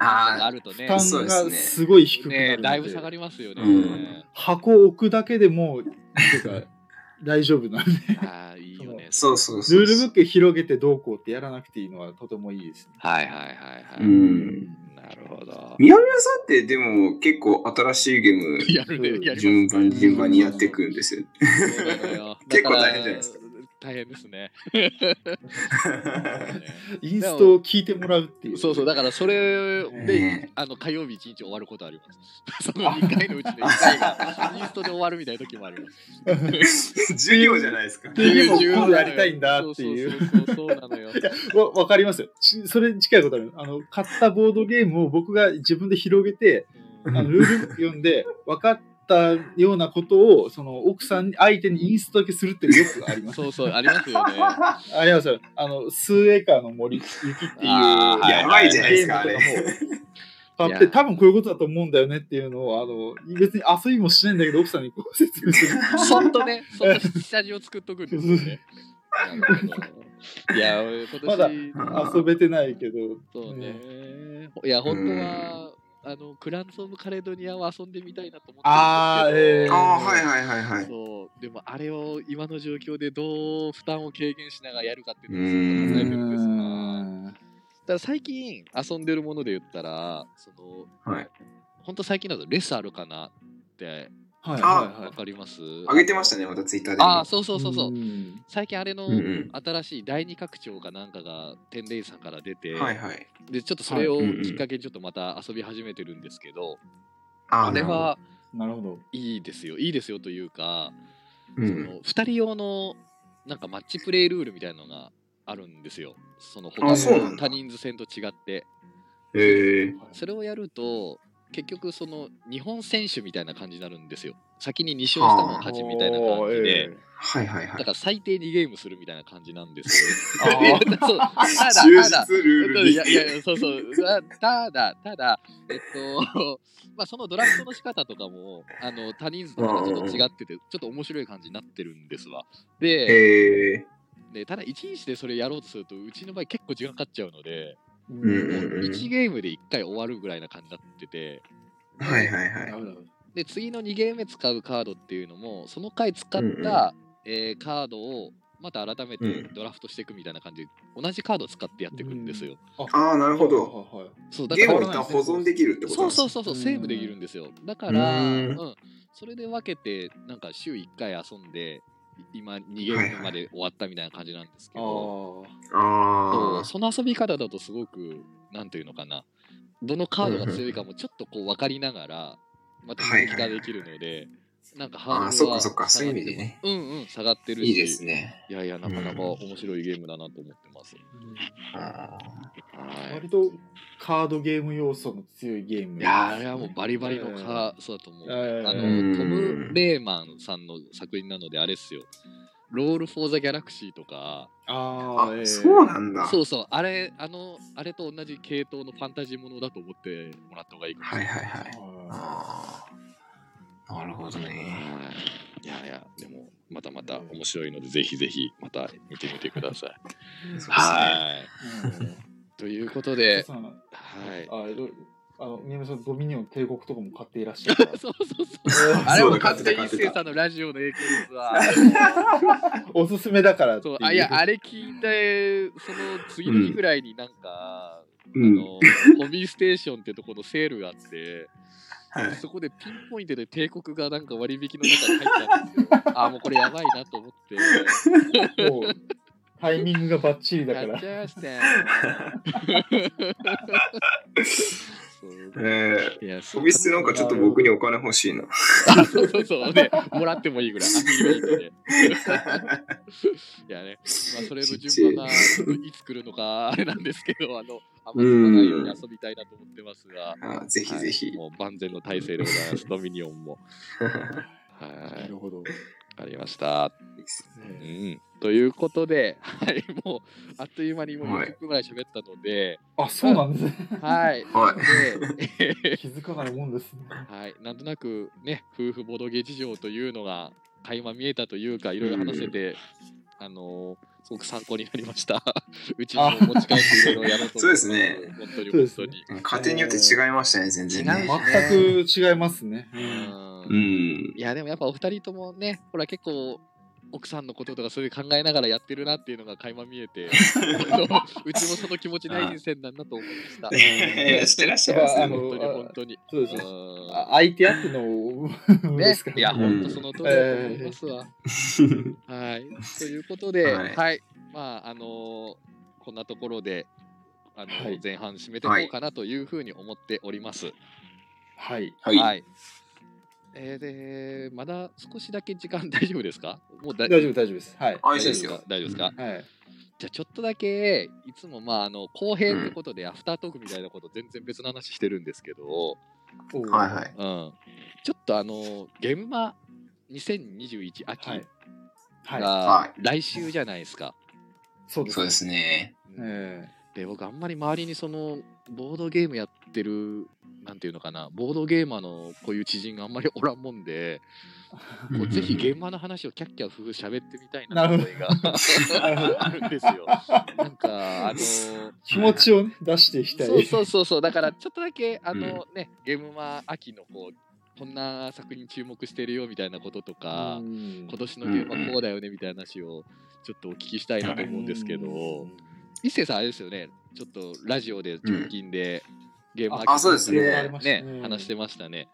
B: あー
A: あるとね
C: 負、担
B: そうです
C: が
B: ね
C: すごい低くな
A: ね
C: るので
A: だいぶ下がりますよね。
B: うん
C: 箱を置くだけでもうて
B: <laughs>
C: か大丈夫なんで
A: ああいいよね。
B: そうそうそう
C: ルールブック広げてどうこうってやらなくていいのはとてもいいですね。
A: はいはいはいは
B: う
A: い。
B: ん
A: なるほど。
B: 宮宮さんってでも結構新しいゲーム
A: やるね。やり
B: 順
A: ますね
B: 番順番にやっていくんですよ。 <laughs>
A: そうなのよ
B: 結構大変じゃないです
A: だから大変ですね。
C: インストを聞いてもらうってい
A: <laughs>
C: う。
A: そうそう、だからそれで、
B: ね
A: あの火曜日一日終わることあります。その2回のうちの1回がインストで終わるみたいな時もあります。
B: 授業じゃないですか。
C: でも今度やりたいんだっていう
A: そうそうそうそうそうなのよ。
C: わわかりますよ。しそれに近いことある。あの、買ったボードゲームを僕が自分で広げて、
A: う
C: あ
A: ん
C: のルールブック読んで、分かったようなことを、その、奥さんに、相手にインストだけするっていうのよくあります。 <laughs>
A: そうそう、ありますよね。
C: ありますよ。あの、スーエーカーの森、雪っていう、
A: あー
B: やばいじゃないですか
C: ゲームとかも
A: あれ
C: 買って、多分こういうことだと思うんだよねっていうのを、あの、別に遊びもしないんだけど、奥さんにこう説明する。
A: そ <laughs> っとね、そっと下地を作っとくんですよね。なるほどいや、俺今年、
C: まだ
B: あ
C: 遊べてないけど。
A: そうね。いや、本当は、あの、クランツ・オブ・カレドニアを遊んでみたいなと思って
C: あ
A: るん
C: ー
A: ですけ
C: え
A: ど。
C: ー
B: ああはいはいはいはい。
A: そうでもあれを今の状況でどう負担を軽減しながらやるかっていうの
B: う
A: がず
B: ー
A: っと悩
B: ん
A: んでるんですが
C: うん
A: だから最近遊んでるもので言ったらその
B: はい。
A: 本当最近だとレスあるかなって
C: はいはいは
A: わ
C: い。
A: かります
B: あげてましたねまたツイッターでも。
A: ああそうそうそうそう
C: うん
A: 最近あれの
B: うんうん
A: 新しい第二拡張かなんかが天霊さんから出て、
B: はいはい。
A: でちょっとそれを
B: はいうんうん
A: きっかけにちょっとまた遊び始めてるんですけど、
B: あ
A: あれは
C: なるほど。
A: いいですよいいですよというか、
B: う
A: そ
B: ん。
A: の2人用のなんかマッチプレイルールみたいなのがあるんですよその他
B: あそうなん
A: の
B: だ
A: 他人数戦と違って
B: へえ。
A: それをやると結局その日本選手みたいな感じになるんですよ先に2勝した方が勝ちみたいな感じで、
B: はいはいは
A: だか。
B: い
A: ら最低2ゲームするみたいな感じなんですよ
C: あー
A: いや <laughs> そうただ
B: <laughs> 充
A: ただ
B: 実ルール
A: い
B: に。
A: やいやそうそうたただただえっと <laughs> まあそのドラフトの仕方とかもあの他人数とかがちょっと違っててちょっと面白い感じになってるんですわで
B: へえ。
A: でただ1日でそれやろうとするとうちの場合結構時間かかっちゃうので、
B: う
C: う
B: ん
A: も
B: うんうん
A: 1ゲームで1回終わるぐらいな感じになってて
B: はいはいは
C: ないる。ほど
A: で次の2ゲーム使うカードっていうのもその回使った、
B: うんうん
A: えーカードをまた改めて
B: うん
A: ドラフトしていくみたいな感じで、同じカードを使ってやっていくんですよ。
B: ああなるほど。
C: はいはい
A: そうだか
B: ゲーム
A: ら
B: を一旦保存できるってこと
A: そ
B: なん
A: う
B: です
A: そうそうそう、セーブできるんですよ。だから、う
B: うんん
A: それで分けて、なんか週1回遊んで、い今、2ゲームまで終わったみたいな感じなんですけ
C: あ
A: ど、そ
C: ー
A: う
B: あ
A: その遊び方だとすごく、なんていうのかな、どのカードが強いかもちょっとこう分かりながら、また
B: はいはい
A: 分ができるので、なんかハ
B: あ。ああ
A: ード
B: そ
A: ル
B: っ
A: は
B: かそっかそういう意味で
A: ね。
B: ね。
A: うんうん、下がってるし、
B: いいですね。
A: いやいや、なかなか面白いゲームだなと思ってます。
B: あ
A: はい
C: 割とカードゲーム要素の強いゲーム。
A: いやーあれはもうバリバリのカー、そうだと思う。
C: えー
A: あの、
B: うん
A: トム・レーマンさんの作品なのであれっすよ。ロール・フォー・ザ・ギャラクシーとか、
C: あ
B: ー
C: ーえ
B: あ
C: ー
B: そうなんだ。
A: そうそう、あれ、あの、あれと同じ系統のファンタジーものだと思ってもらった方がいいかもし
B: は
A: れない。
B: いはいはい。
C: あ
B: ああ。なるほどね。
A: はいいやいや、でも、またまた面白いので、ぜひぜひ、また見てみてください。 <laughs> はい。
C: ーうん
A: ということ
C: 佐藤
A: で、
C: さん
A: はい。。
C: あどあの、宮本さん、ドミニオン帝国とかも買っていらっしゃるか
A: <laughs> <laughs>
C: ら
A: そうそうそう。あれ
B: そう
A: も
B: だ
A: 完
B: 買ってた
A: 全に
B: 買
A: 一
B: ってた
A: 生さんのラジオの影響ですわ。
C: おすすめだからって
A: そ
C: いうう。
A: あいやあれ聞いてその次の日ぐらいになんか、
B: う
A: あ
B: ん
A: の。ホビーステーションってとこのセールがあって
B: はい。
A: そこでピンポイントで帝国がなんか割引の中に入ったんですよあもうこれやばいなと思って
C: もうタイミングがバッチリだか
A: やっ
C: ら
A: ち。ゃいましたよそう
B: え
A: い <laughs> やそ
B: ー、
A: う
B: 飛び捨てなんかちょっと僕にお金欲しいな。
A: <laughs> あそうそうそうねもらってもいいぐらいアフィリエイトでいやね、まあ、それの順番がいつ来るのかあれなんですけど、あの、あまり来ないように遊びたいなと思ってますが、
B: あぜひぜひ、
A: はいもう万全の体制でございます、ドミニオン <laughs> も。は、
C: ないる
A: わ
C: ほど。
A: かりました。う
C: ね
A: ん、ということで、はい、もうあっという間にもう
B: はい
A: 20分ぐらい喋ったので、
C: あ、そうなんですね。
A: はい、
B: はい
A: で
C: <laughs> 気づかないもんですね。
A: はい、なんとなくね、夫婦ボドゲ事情というのが垣間見えたというか、いろいろ話せて、あのーすごく参考になりました。うちにも持ち帰っていろいろやろうと思いま
B: そうですね。
A: 本当に
C: そうで
A: 本
C: す
A: 当
C: ね
A: に。
B: 家庭によって違いましたね、全然ね。
A: 違う
C: 全く違いますね。
A: うん
B: う
A: い
B: ん。
A: やでもやっぱお二人ともね、ほら結構奥さんのこととかそういう考えながらやってるなっていうのが垣間見えて、あのうちもその気持ち大事になんだと思いました。
B: いやいやしてらっしゃいます
C: あ
B: よ、
C: の
A: 本当に本当に。
C: そうですね。
A: うん
C: あ相手あっての
A: ね
C: ですか、
A: いや、
B: うん
A: 本当その通りだと思いますわ。
C: <laughs>
A: はい、ということで、は、
B: はいい
A: まあ、あのーこんなところで。あのー
C: はい
A: 前半締めていこうかなというふうに思っております。は。
C: はい。
B: <laughs> はいい。
A: えーで、まだ少しだけ時間大丈夫ですか。もうだ
C: 大丈夫大丈夫です。はい。
B: あ、い
A: 大丈
B: い
A: 夫
B: で
A: ですす
B: よ
A: か。。大丈夫ですか。
C: はい。
A: じゃあちょっとだけいつもまああの後編ってことでアフタートークみたいなこと全然別の話してるんですけど、
C: おう
B: はいはい。
A: うん、ちょっとあのゲムマ2021秋
C: はい。はい。
A: が
B: は
A: 来週じゃないですか。
C: そうです
B: そうで
C: ね。
B: すね。
C: え
A: で僕あんまり周りにそのボードゲームやってるなんていうのかなボードゲーマーのこういう知人があんまりおらんもんでこうぜひゲーマーの話をキャッキャ夫婦喋ってみたいなって思いが
C: えなるほ <laughs> ど
A: あるんですよ。なんかあの
C: 気持ちをね出していきたい。
A: そうそうそうそうだからちょっとだけあの、ねゲームマ秋のこうこんな作品注目してるよみたいなこととか、
C: うん
A: 今年のゲームはこうだよねみたいな話をちょっとお聞きしたいなと思うんですけど、一星さんあれですよねちょっとラジオで直近で、ゲーム
B: あそうですね
A: ね話して
C: も
A: ましたね。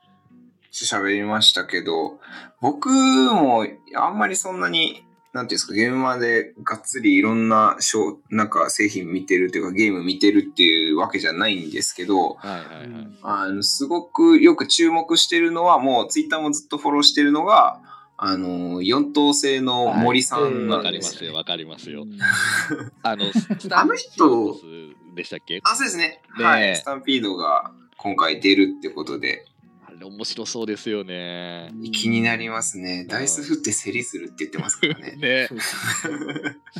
B: 喋りましたけど、僕もあんまりそんなに、なんていうんですか、ゲームまでがっつりいろんな商、なんか製品見てるというかゲーム見てるっていうわけじゃないんですけど、
A: はいはいはい。
B: あの、すごくよく注目してるのは、もうツイッターもずっとフォローしてるのが、あの、四等星の森さん
A: わ、
B: なん
A: かりま
B: で
A: すす
B: よ、
A: よ
B: ね。
A: わかりますよ。
C: う
A: あ
B: <laughs>
A: のススタ
B: あの人
A: ンピードでしたっけ？
B: あ、そうですね。
A: ね
B: はい。スタンピードが今回出るってことで、
A: あれ面白そうですよね。
C: ん
B: 気になりますね。ダイス振って競りするって言ってますからね。
A: ね
C: そうで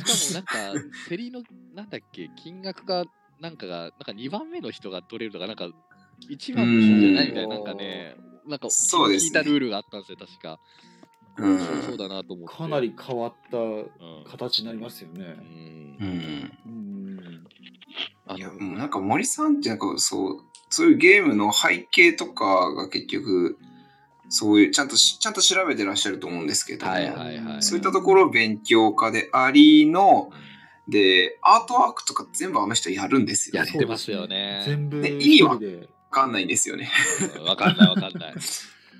C: す
A: し
C: ね
A: かもなんか、競りの、なんだっけ、金額か、なんかが、なんか2番目の人が取れるとか、なんか、1番の人じゃないみたいな、なんかね、なんか、
B: そうです
A: 聞いた
B: ね
A: ルールがあったんですよ、確か。
B: うん
A: そうそうだなと思って。
C: かなり変わった
A: うん、
C: 形になりますよ
A: う
C: ね。
A: ん。
B: うん。
C: うん
A: あ
B: いや、
A: の
B: もうなんか森さんってなんかそう、そういうゲームの背景とかが結局、そういう、ちゃんとし、ちゃんと調べてらっしゃると思うんですけども、
A: はいはいはい。
B: そういったところを勉強家でありの、で、アートワークとか全部あの人やるんですよ
A: や
B: ね。
A: っ
B: わ
A: てますよね
C: そうです全部
B: ね意味は
C: 一人で
B: かんないんですよね。
A: うんわかんないわかんない。あ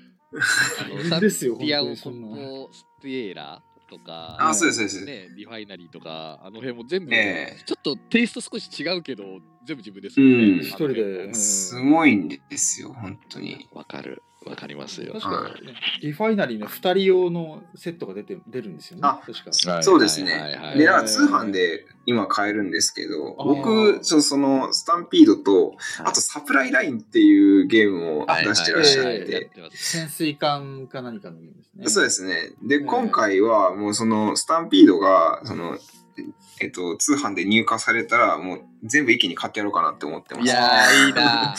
A: の
C: 大変 <laughs> ですよ
A: サンティアゴ・
C: 本当
A: コ
C: にそんな
A: ンポスティエラとか、
B: あ、そうです、そうです。
A: ね、リファイナリーとか、あの辺も全部、
B: ええ
A: ちょっとテイスト少し違うけど、全部自分ですよね
B: うん
C: 一人。でうん
B: すごいんですよ、本当に。
A: わかる、わかりますよ
C: 確。かにねリファイナリーの2人用のセットが出て出るんですよね。
B: あ
C: 確か。
A: はい
B: そうですね
A: はいはい
B: で、
A: はい
B: なんか通販で今買えるんですけど、
C: あー
B: 僕、そうそのスタンピードと、あとサプライラインっていうゲームを
A: はい
B: 出してらっしゃっ
A: はいはいはいや
B: て
A: っ、てます
C: 潜水艦か何かのゲームですね。
B: そうですね。で、
C: ええ
B: 今回はもうそのスタンピードが、その、えっと、通販で入荷されたら、もう全部一気に買ってやろうかなって思ってま
A: い
B: す。
A: やーいい
C: <laughs>
A: なー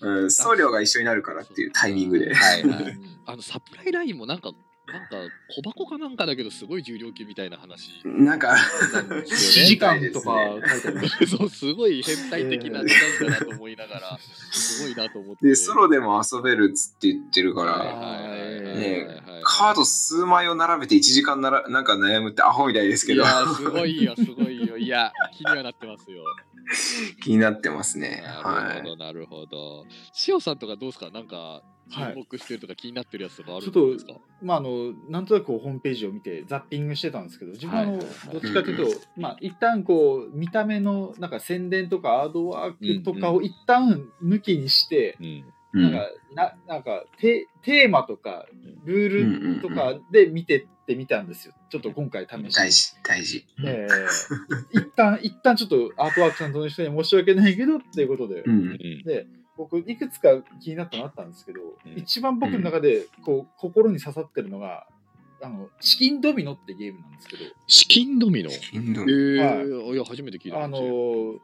B: うん、送料が一緒になるからっていうタイミングで。
A: はいはいあのサプライラインもなんか、なんか小箱かなんかだけど、すごい重量級みたいな話。 <laughs>
B: なんか、
A: なんです
C: 7
A: よね。
C: 時間とか書いてありまし
A: そう、すごい変態的な時間だなと思いながら、すごいなと思って。
B: で、ソロでも遊べるっつって言ってるか
A: はい
B: ら、
A: はいはいはい
B: ね
A: はい
B: カード数枚を並べて1時間なら、なんか悩むってアホみたいですけ
A: い
B: ど、
A: やーすごいよ、すごいよ。いや、気にはなってますよ。
B: 気になってます <laughs> ね。
A: な
B: は
A: るほど、
B: い。
A: なるほど。塩さんとかどうですかなんか、注
C: はい
A: 目してるとか気になってるやつとかある
C: ちょ
A: ん
C: っ
A: ですか、
C: と、 <laughs> まあ、あの、なんとなくこうホームページを見て、ザッピングしてたんですけど、自分はあの、
A: はい
C: どっちかというと、まあ、一旦こう、見た目の、なんか宣伝とか、アードワークとかを一旦抜きにして、
A: うん
B: う
C: なん
B: ん。
C: か
B: は、
C: ななんかテ、テーマとか、ルールとかで見てってみたんですよ。ちょっと今回試
B: い
C: し
B: 大
C: て。
B: 事、大事。
C: え
B: <laughs>
C: ー、い一旦、一旦ちょっとアートワークさんとの人に申し訳ないけどっていうことで、
B: うん。
C: で、僕、いくつか気になったのあったんですけど、
D: うん
C: 一番僕の中で、こう、心に刺さってるのが、あの、チキンドミノってゲームなんですけど、
A: 資金ドミノ。
B: インド
A: え
B: の
A: ーいや初めて聞いた。
C: あのー、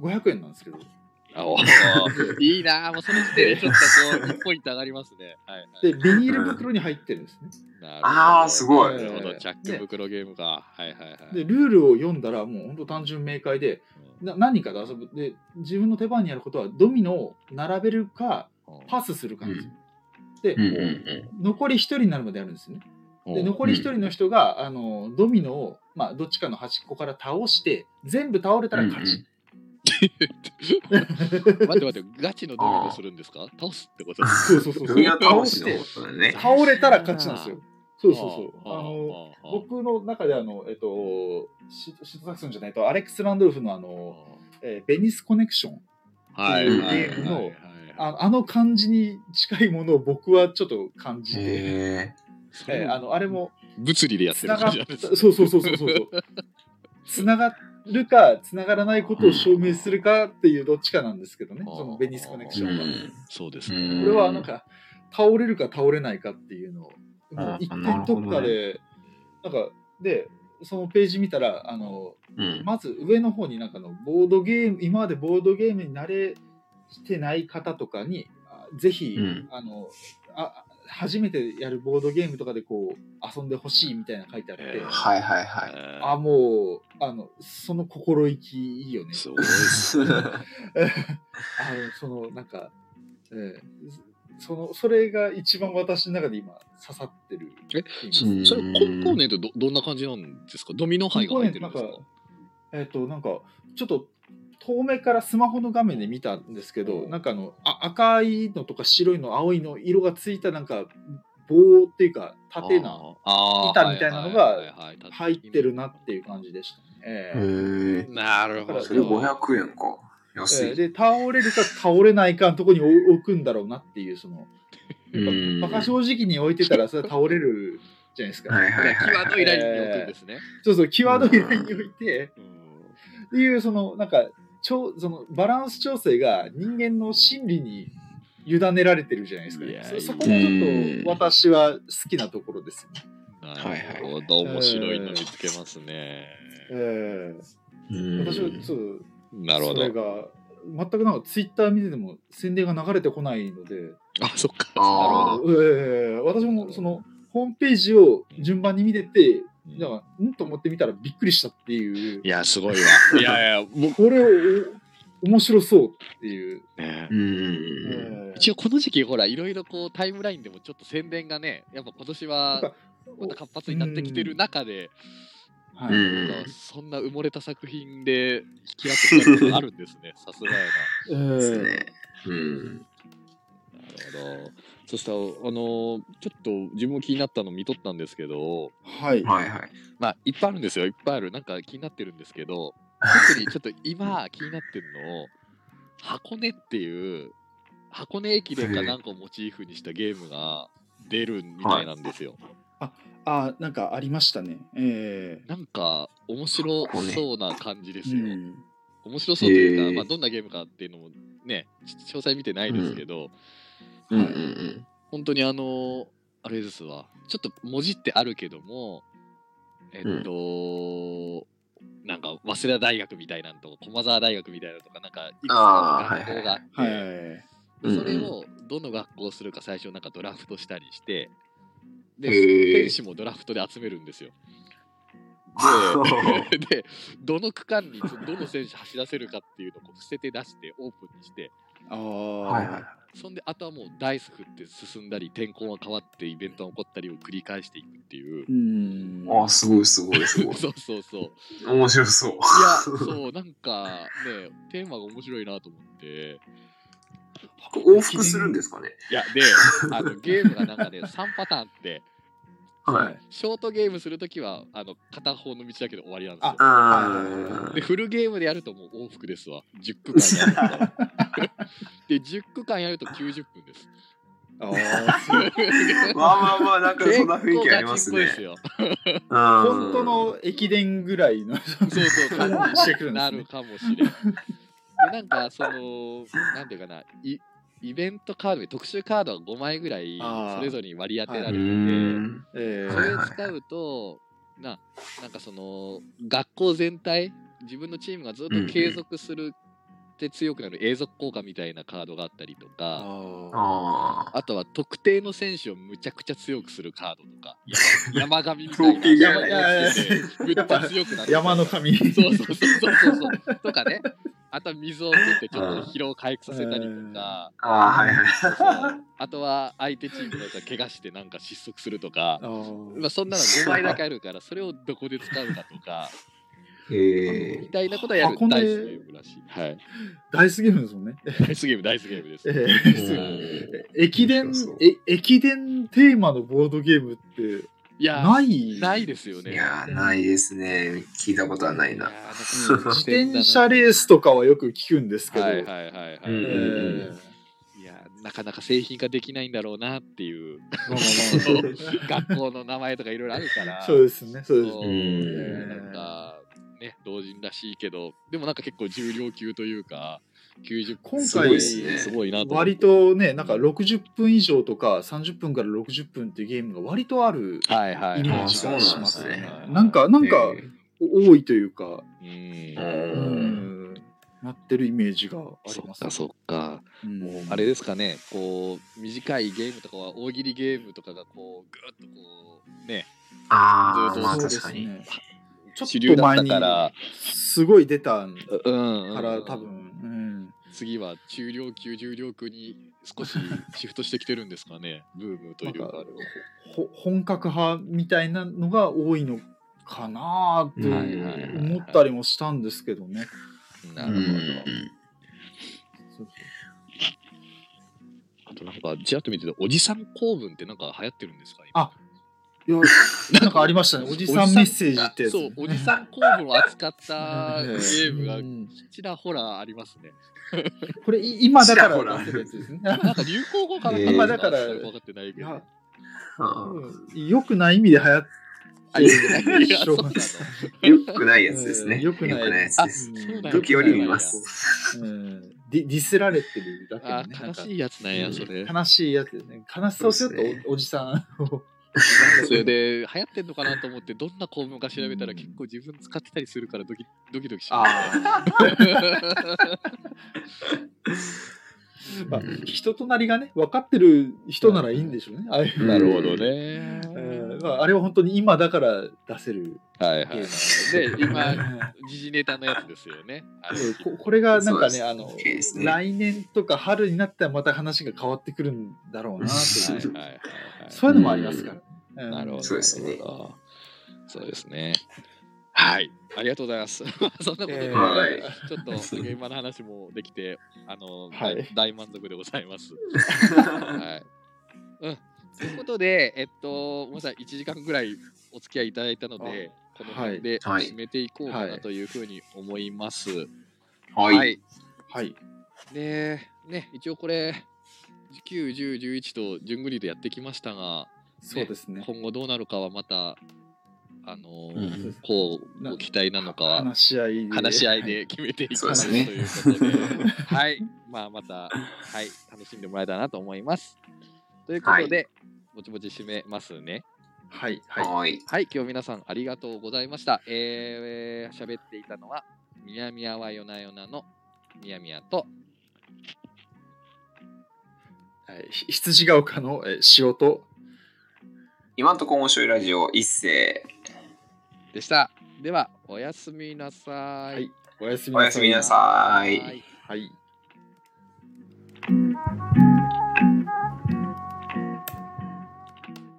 C: 500円なんですけど、
A: あおいいなあ、もうその時点でちょっとこう、一ポイント上がりますね。はいはい、
C: で、ビニール袋に入ってるんですね。
A: なるほど
B: あーすごい
A: なるほど、
C: ね
A: ジャック袋ゲームか。はいはいはい。
C: で、ルールを読んだら、もう本当単純明快で、な何人かで遊ぶ。で、自分の手番にやることは、ドミノを並べるか、パスするかなんですよ。で、
B: うんうんうん。
C: 残り1人になるまでやるんですね。
A: うん
C: で、残り1人の人が、あの、ドミノを、まあ、どっちかの端っこから倒して、全部倒れたら勝ち。 <laughs>
A: 待って待って、ガチのドミノするんですか倒すってこと
C: そうそうそう。
B: ドミノ倒
C: 倒
B: し
C: し
B: の
C: て
B: こ、とだね。
C: 倒れたら勝ちなんですよ。そうそうそう。あの、
A: の
C: 僕の中であの、えっと、シシトザクソンじゃないと、アレックス・ランドルフのあの、えーベニスコネクション、
A: はいはいはいはいはい
C: ああの感じに近いものを僕はちょっと感じて、
B: へ
A: そ
C: え
A: れ
C: ーあのあれも
A: 物理でやって
C: つ
A: る
C: なが
A: 感
C: っ
A: じなんです
C: そうそうそうそうそうそう。
A: <laughs>
C: つながるか、つながらないことを証明するかっていうどっちかなんですけどね、そのベニスコネク
B: え。
C: シ
B: う
C: ョンは。
B: ん。
A: そうですね。
B: うん
C: これはなんか、倒れるか倒れないかっていうのを、もう一点特化で、なんか、で、そのページ見たら、あの、
B: うん。
C: まず上の方になんかのボードゲーム今までボードゲームに慣れてない方とかにあぜひ、
B: うん
C: あのあ初めてやるボードゲームとかでこう遊んでほしいみたいなの書いてあって、
A: えー
B: はいはいはい。
A: えー
C: あもうあのその心意気いいよね
A: すごい
B: うん
C: あのそのなんか、えーそのそれが一番私の中で今刺さってる
A: え
C: ゲームです
A: そそれコンポーネントどどんな感じなんですかドミノ牌が入ってるんですか
C: コンポーネントなんえっ、となんかちょっと遠目からスマホの画面で見たんですけど、
A: うん
C: なんかあのあ赤いのとか白いの青いの色がついたなんか棒っていうか縦な
A: あー
C: 板みたいな
A: はいはい
C: のが
A: はいはい
C: 入ってるなっていう感じでしたね。ええ
B: へえ。
A: なるほど。
B: それ500円か。安
C: ええ
B: い。
C: で倒れるか倒れないかのとこに置置くんだろうなっていうその
B: うん
C: バカ正直に置いて
A: <laughs>
C: たらそれは倒れるじゃないですか、
B: はいはいはい。
A: 際どいラインに置くんですね。
C: そうそう際どいラインに置いて、
A: うん
C: っていうそのなんかちょそのバランス調整が人間の心理に委ねられてるじゃないですか、
A: い
C: ね
A: や、
C: そそこもちょっと私は好きなところですね。
A: な
B: はい
A: るほど、面白いの見つけますね。
C: え
B: うん
C: え私はそう
A: なるほ
C: それ
A: ど。
C: が全くなんかツイッター見てても宣伝が流れてこないので、
A: あ、そっか。
B: あ
A: なるほど。
C: ええ私もそのホームページを順番に見てて
A: うん
C: なんかんと思ってみたらびっくりしたっていう
A: いや、すごいわ。 <laughs> いやいや、僕
C: これをお面白そうっていう。
A: <laughs> ね
B: う。ん。
C: ええ
A: 一応この時期、ほら、いろいろこうタイムラインでもちょっと宣伝がね、やっぱ今年
C: <laughs>
A: はまた活発になってきてる中で、
C: は
B: う
C: い
B: ん
A: なんかそんな埋もれた作品で引き合ってくることがあるんです <laughs> ね。さすがやな。
C: え
B: です
C: え
B: ね。うん。
A: なるほど。そしたら、あのーちょっと自分も気になったの見とったんですけど、
C: はい。
B: はいはい。
A: まあ、いっぱいあるんですよ、いっぱいある。なんか気になってるんですけ
C: <laughs>
A: ど、特にちょっと今気になってるのを、箱根っていう、箱根駅伝かなんかをモチーフにしたゲームが出るみたいなんですよ。
C: あなんかありましたね。え
A: なんか面白そうな感じで
C: え
A: すよ。
C: うん
A: 面白そうというか、
B: へー
A: まあ、どんなゲームかっていうのもね、ち詳細見てないですけど、
B: うんうんうん。
A: 本当にあのあれですわちょっと文字ってあるけどもえっと、なんか早稲田大学みたいなのとか駒澤大学みたいなのとかなんかいくつかの学校があって
C: はいはいはい。
A: でそれ
B: うん
A: をどの学校するか最初なんかドラフトしたりしてで
B: へー
A: 選手もドラフトで集めるんです
B: <laughs>
A: よ。ででどの区間にどの選手走らせるかっていうのをこう伏せて出してオープンにして
C: ああ。
B: はいはい。
A: そんであとはもうダイス振って進んだり天候が変わってイベントが起こったりを繰り返していくっていう
C: う。ん。
B: ああ、すごいすごいすごい。
A: そうそうそう。いや、
B: 面白そう。
A: そう、なんかね、テーマが面白いなと思って。
B: 往復するんですかね。 <laughs>
A: いや、で、あのゲームがなんかね、3パターンあって、
B: はい。
A: ショートゲームするときはあの片方の道だけで終わりなんですよ。
B: あ
A: でフルゲームでやるともう往復ですわ。10区間やるから
B: <laughs>
A: で10区間やると90分です。
C: ああ、すごい
B: あ。まあまあまあ、なんかそんな雰囲気ありますね
A: 結。構ガチっぽいですよ。
B: 本
C: 本当。の駅伝ぐらいの
A: そうそうそう。
C: 感じしてくるんで
A: な
C: す
A: る
C: ね。
A: かもしれない。でなんかそのなんていうかないイベントカードに特殊カードが5枚ぐらい
C: あー
A: それぞれに割り当てられ
B: う
A: てて、
B: ん。
C: え
A: そ
C: ー
A: れを使うとななんかその学校全体自分のチームがずっと継続するって強くなる永続効果みたいなカードがあったりと
C: あ
A: か。
C: あ
B: ああ。
A: あとは特定の選手をむちゃくちゃ強くするカードとか、山神みた
B: 統計
A: い
B: じ
A: な
B: ゃ
A: 山
B: ない
A: が落ちてて、むっちゃ強くなる。
C: 山の神。
A: そうそうそうそうそうそうとかね。あとは水を取ってちょっと疲労回復させたりとか、
B: ああ、はいはい。
A: そうそうあとは相手チームのやつが怪我してなんか失速するとか、
C: あー
A: まあ、そんなの5枚だけあるから、それをどこで使うかとか、
B: へえ
A: み。たいなことはやる
C: 箱根
A: ダイスゲームらしい。はい。
C: ダイスゲームですもんね。
A: ダイスゲーム、ダイスゲームです。
C: え
B: う
C: ー
B: ん
C: 駅伝
B: 面白そう
C: え駅伝テーマのボードゲームって
A: いやー、
C: ない
A: ないですよね。
B: いやー、ないですね。聞いたことはない
A: い
B: な。
A: や
C: う
A: ー
C: ん
A: なんか
C: 自転車レースとかはよく聞くんですけど、
A: はい
C: <laughs>
A: はいはいはい。
B: うん
C: えー
A: いやーなかなか製品化できないんだろうなっていう、
C: まあま
A: <laughs> 学校の名前とかいろいろあるか
C: あま
A: ら。
C: あそうですねそうです
A: そ
C: ね
A: う
B: うん
A: なんかね同人らしいけどでもなんか結構重量級というか90
C: 今
B: すごい
C: 回
B: ですね
A: すごいなと思って
C: 割とねなんか60分以上とか30分から60分っていうゲームが割とある
A: はいはい
C: イメージ
B: あそ
C: が
B: う
C: し
B: なんで
C: ますす
B: ね
C: ねなんかなんか
B: え
C: 多いというか、
A: うん
B: え
C: う
B: うん
C: んなってるイメージがあ
A: そ
C: りま
A: っ
C: す
A: かそっか
C: うん
A: もうあれですかねこう短いゲームとかは大喜利ゲームとかがこうぐーっとこうね
B: ああ、
A: ずっと
B: まあ
C: そうで
B: 確
C: す
B: かに。
C: ね
A: ちょっと主流だった
C: ちょ
A: か
C: っと前
A: ら
C: にすごい出たん
A: うんうん
C: から多分、
A: 次は中量級重量級に少しシフトしてきてるんですかねブームというか
C: なんかうん、ほ本格派みたいなのが多いのかな
B: うん
A: はい
C: ー
A: はいはい
C: と
A: はい
C: 思ったりもしたんですけどね。
A: な
B: う
A: る
B: ん
A: ほ
B: う
A: ど、
B: ん
C: そう
A: あとなんか、ちらっと見てて、おじさん構文ってなんか流行ってるんですか今
C: あそうい <laughs> やなんかありましたね、おじさんメッセージってやつ、
A: そう、おじさん構文を扱
C: <laughs>
A: ったゲームが
C: うん
A: ちらほらありますね。
C: これい今だか
B: ちらほら
C: ら出せるやつですね。
A: なんか流行語かな
B: えー
A: 今
B: 今
A: だ
C: だ
A: か
C: からら
A: 分かってない
C: い
A: けど
C: や。
B: あ
C: うん良くない意味で流行っ
A: あ、いやいや
C: <laughs>
A: いやそうなの。
B: あよくないやつですね。
C: うん
B: よ
C: よ
B: く
C: く
B: な
C: ない
B: いやつ
A: あ、
B: で
A: そ
B: す。
A: うなんや
B: 時折見ます。
C: うんディディスられてるだけ
A: あ
C: で、ね、
A: 悲
C: なんか
A: しいやつなんや、それ。
C: 悲しいやつですね。悲しそうすると
B: そうですね
C: おおじさんを。
A: それで、流行ってんのかなと思って、どんな構文か調べたら結構自分使ってたりするからドキドキドキしますね。
C: あ <laughs> まあ、人となりがね、分かってる人ならいいんでしょうね。ああいう
A: なるほどね。
C: うんまあ、あれは本当に今だから出せる
A: はいはい。
C: ゲ
A: で
C: ー、ム。
A: 今、時事ネタのやつですよね。あれ
C: <laughs> ここれがなんか
B: そうです
C: ね、あの
B: いいですね
C: 来年とか春になったらまた話が変わってくるんだろうなって、
A: はいいうはいはいはい
C: そういうのもありますから。うん
A: なるほど。
B: そうですね
A: なるほど。そうですね。はい。ありがとうございます。 <laughs> そんなことで、
C: えー
B: はい
A: ちょっと現場の話もできて、あの、
C: はい
A: 大満足でございます。はい。うん。ということで、えっと、ごめんなさい、1時間ぐらいお付き合いいただいたので、この辺で
B: はい
A: 締めていこうか
C: は
A: ないというふうに思います。
B: はい。
C: はい。
A: で、ね、一応これ、9、10、11と順繰りでやってきましたが、
C: そうですね。
A: 今後どうなるかはまた、あの
B: う
A: ー
B: ん
A: こうご期待なのかは
C: <laughs> 話し合いで。
A: 話し合いで決めていき
B: そう
A: ま
B: ですす
A: と
B: ね
A: いうことで、 <laughs> はい、まあまた、はい、楽しんでもらえたらなと思います。ということで、ぼちぼち締めますね。
C: はい。はい。
B: はい。
A: はい、今日皆さんありがとうございました。えー、喋っていたのは、みやみやはよなよなのみやみやと、
C: はいひ <laughs> 羊が丘のえー塩と、
B: 今んとこ面白いラジオ一世。
A: でした。では、おやすみなさい。
C: はい。おやすみ
B: おやすみなさい。
C: はい。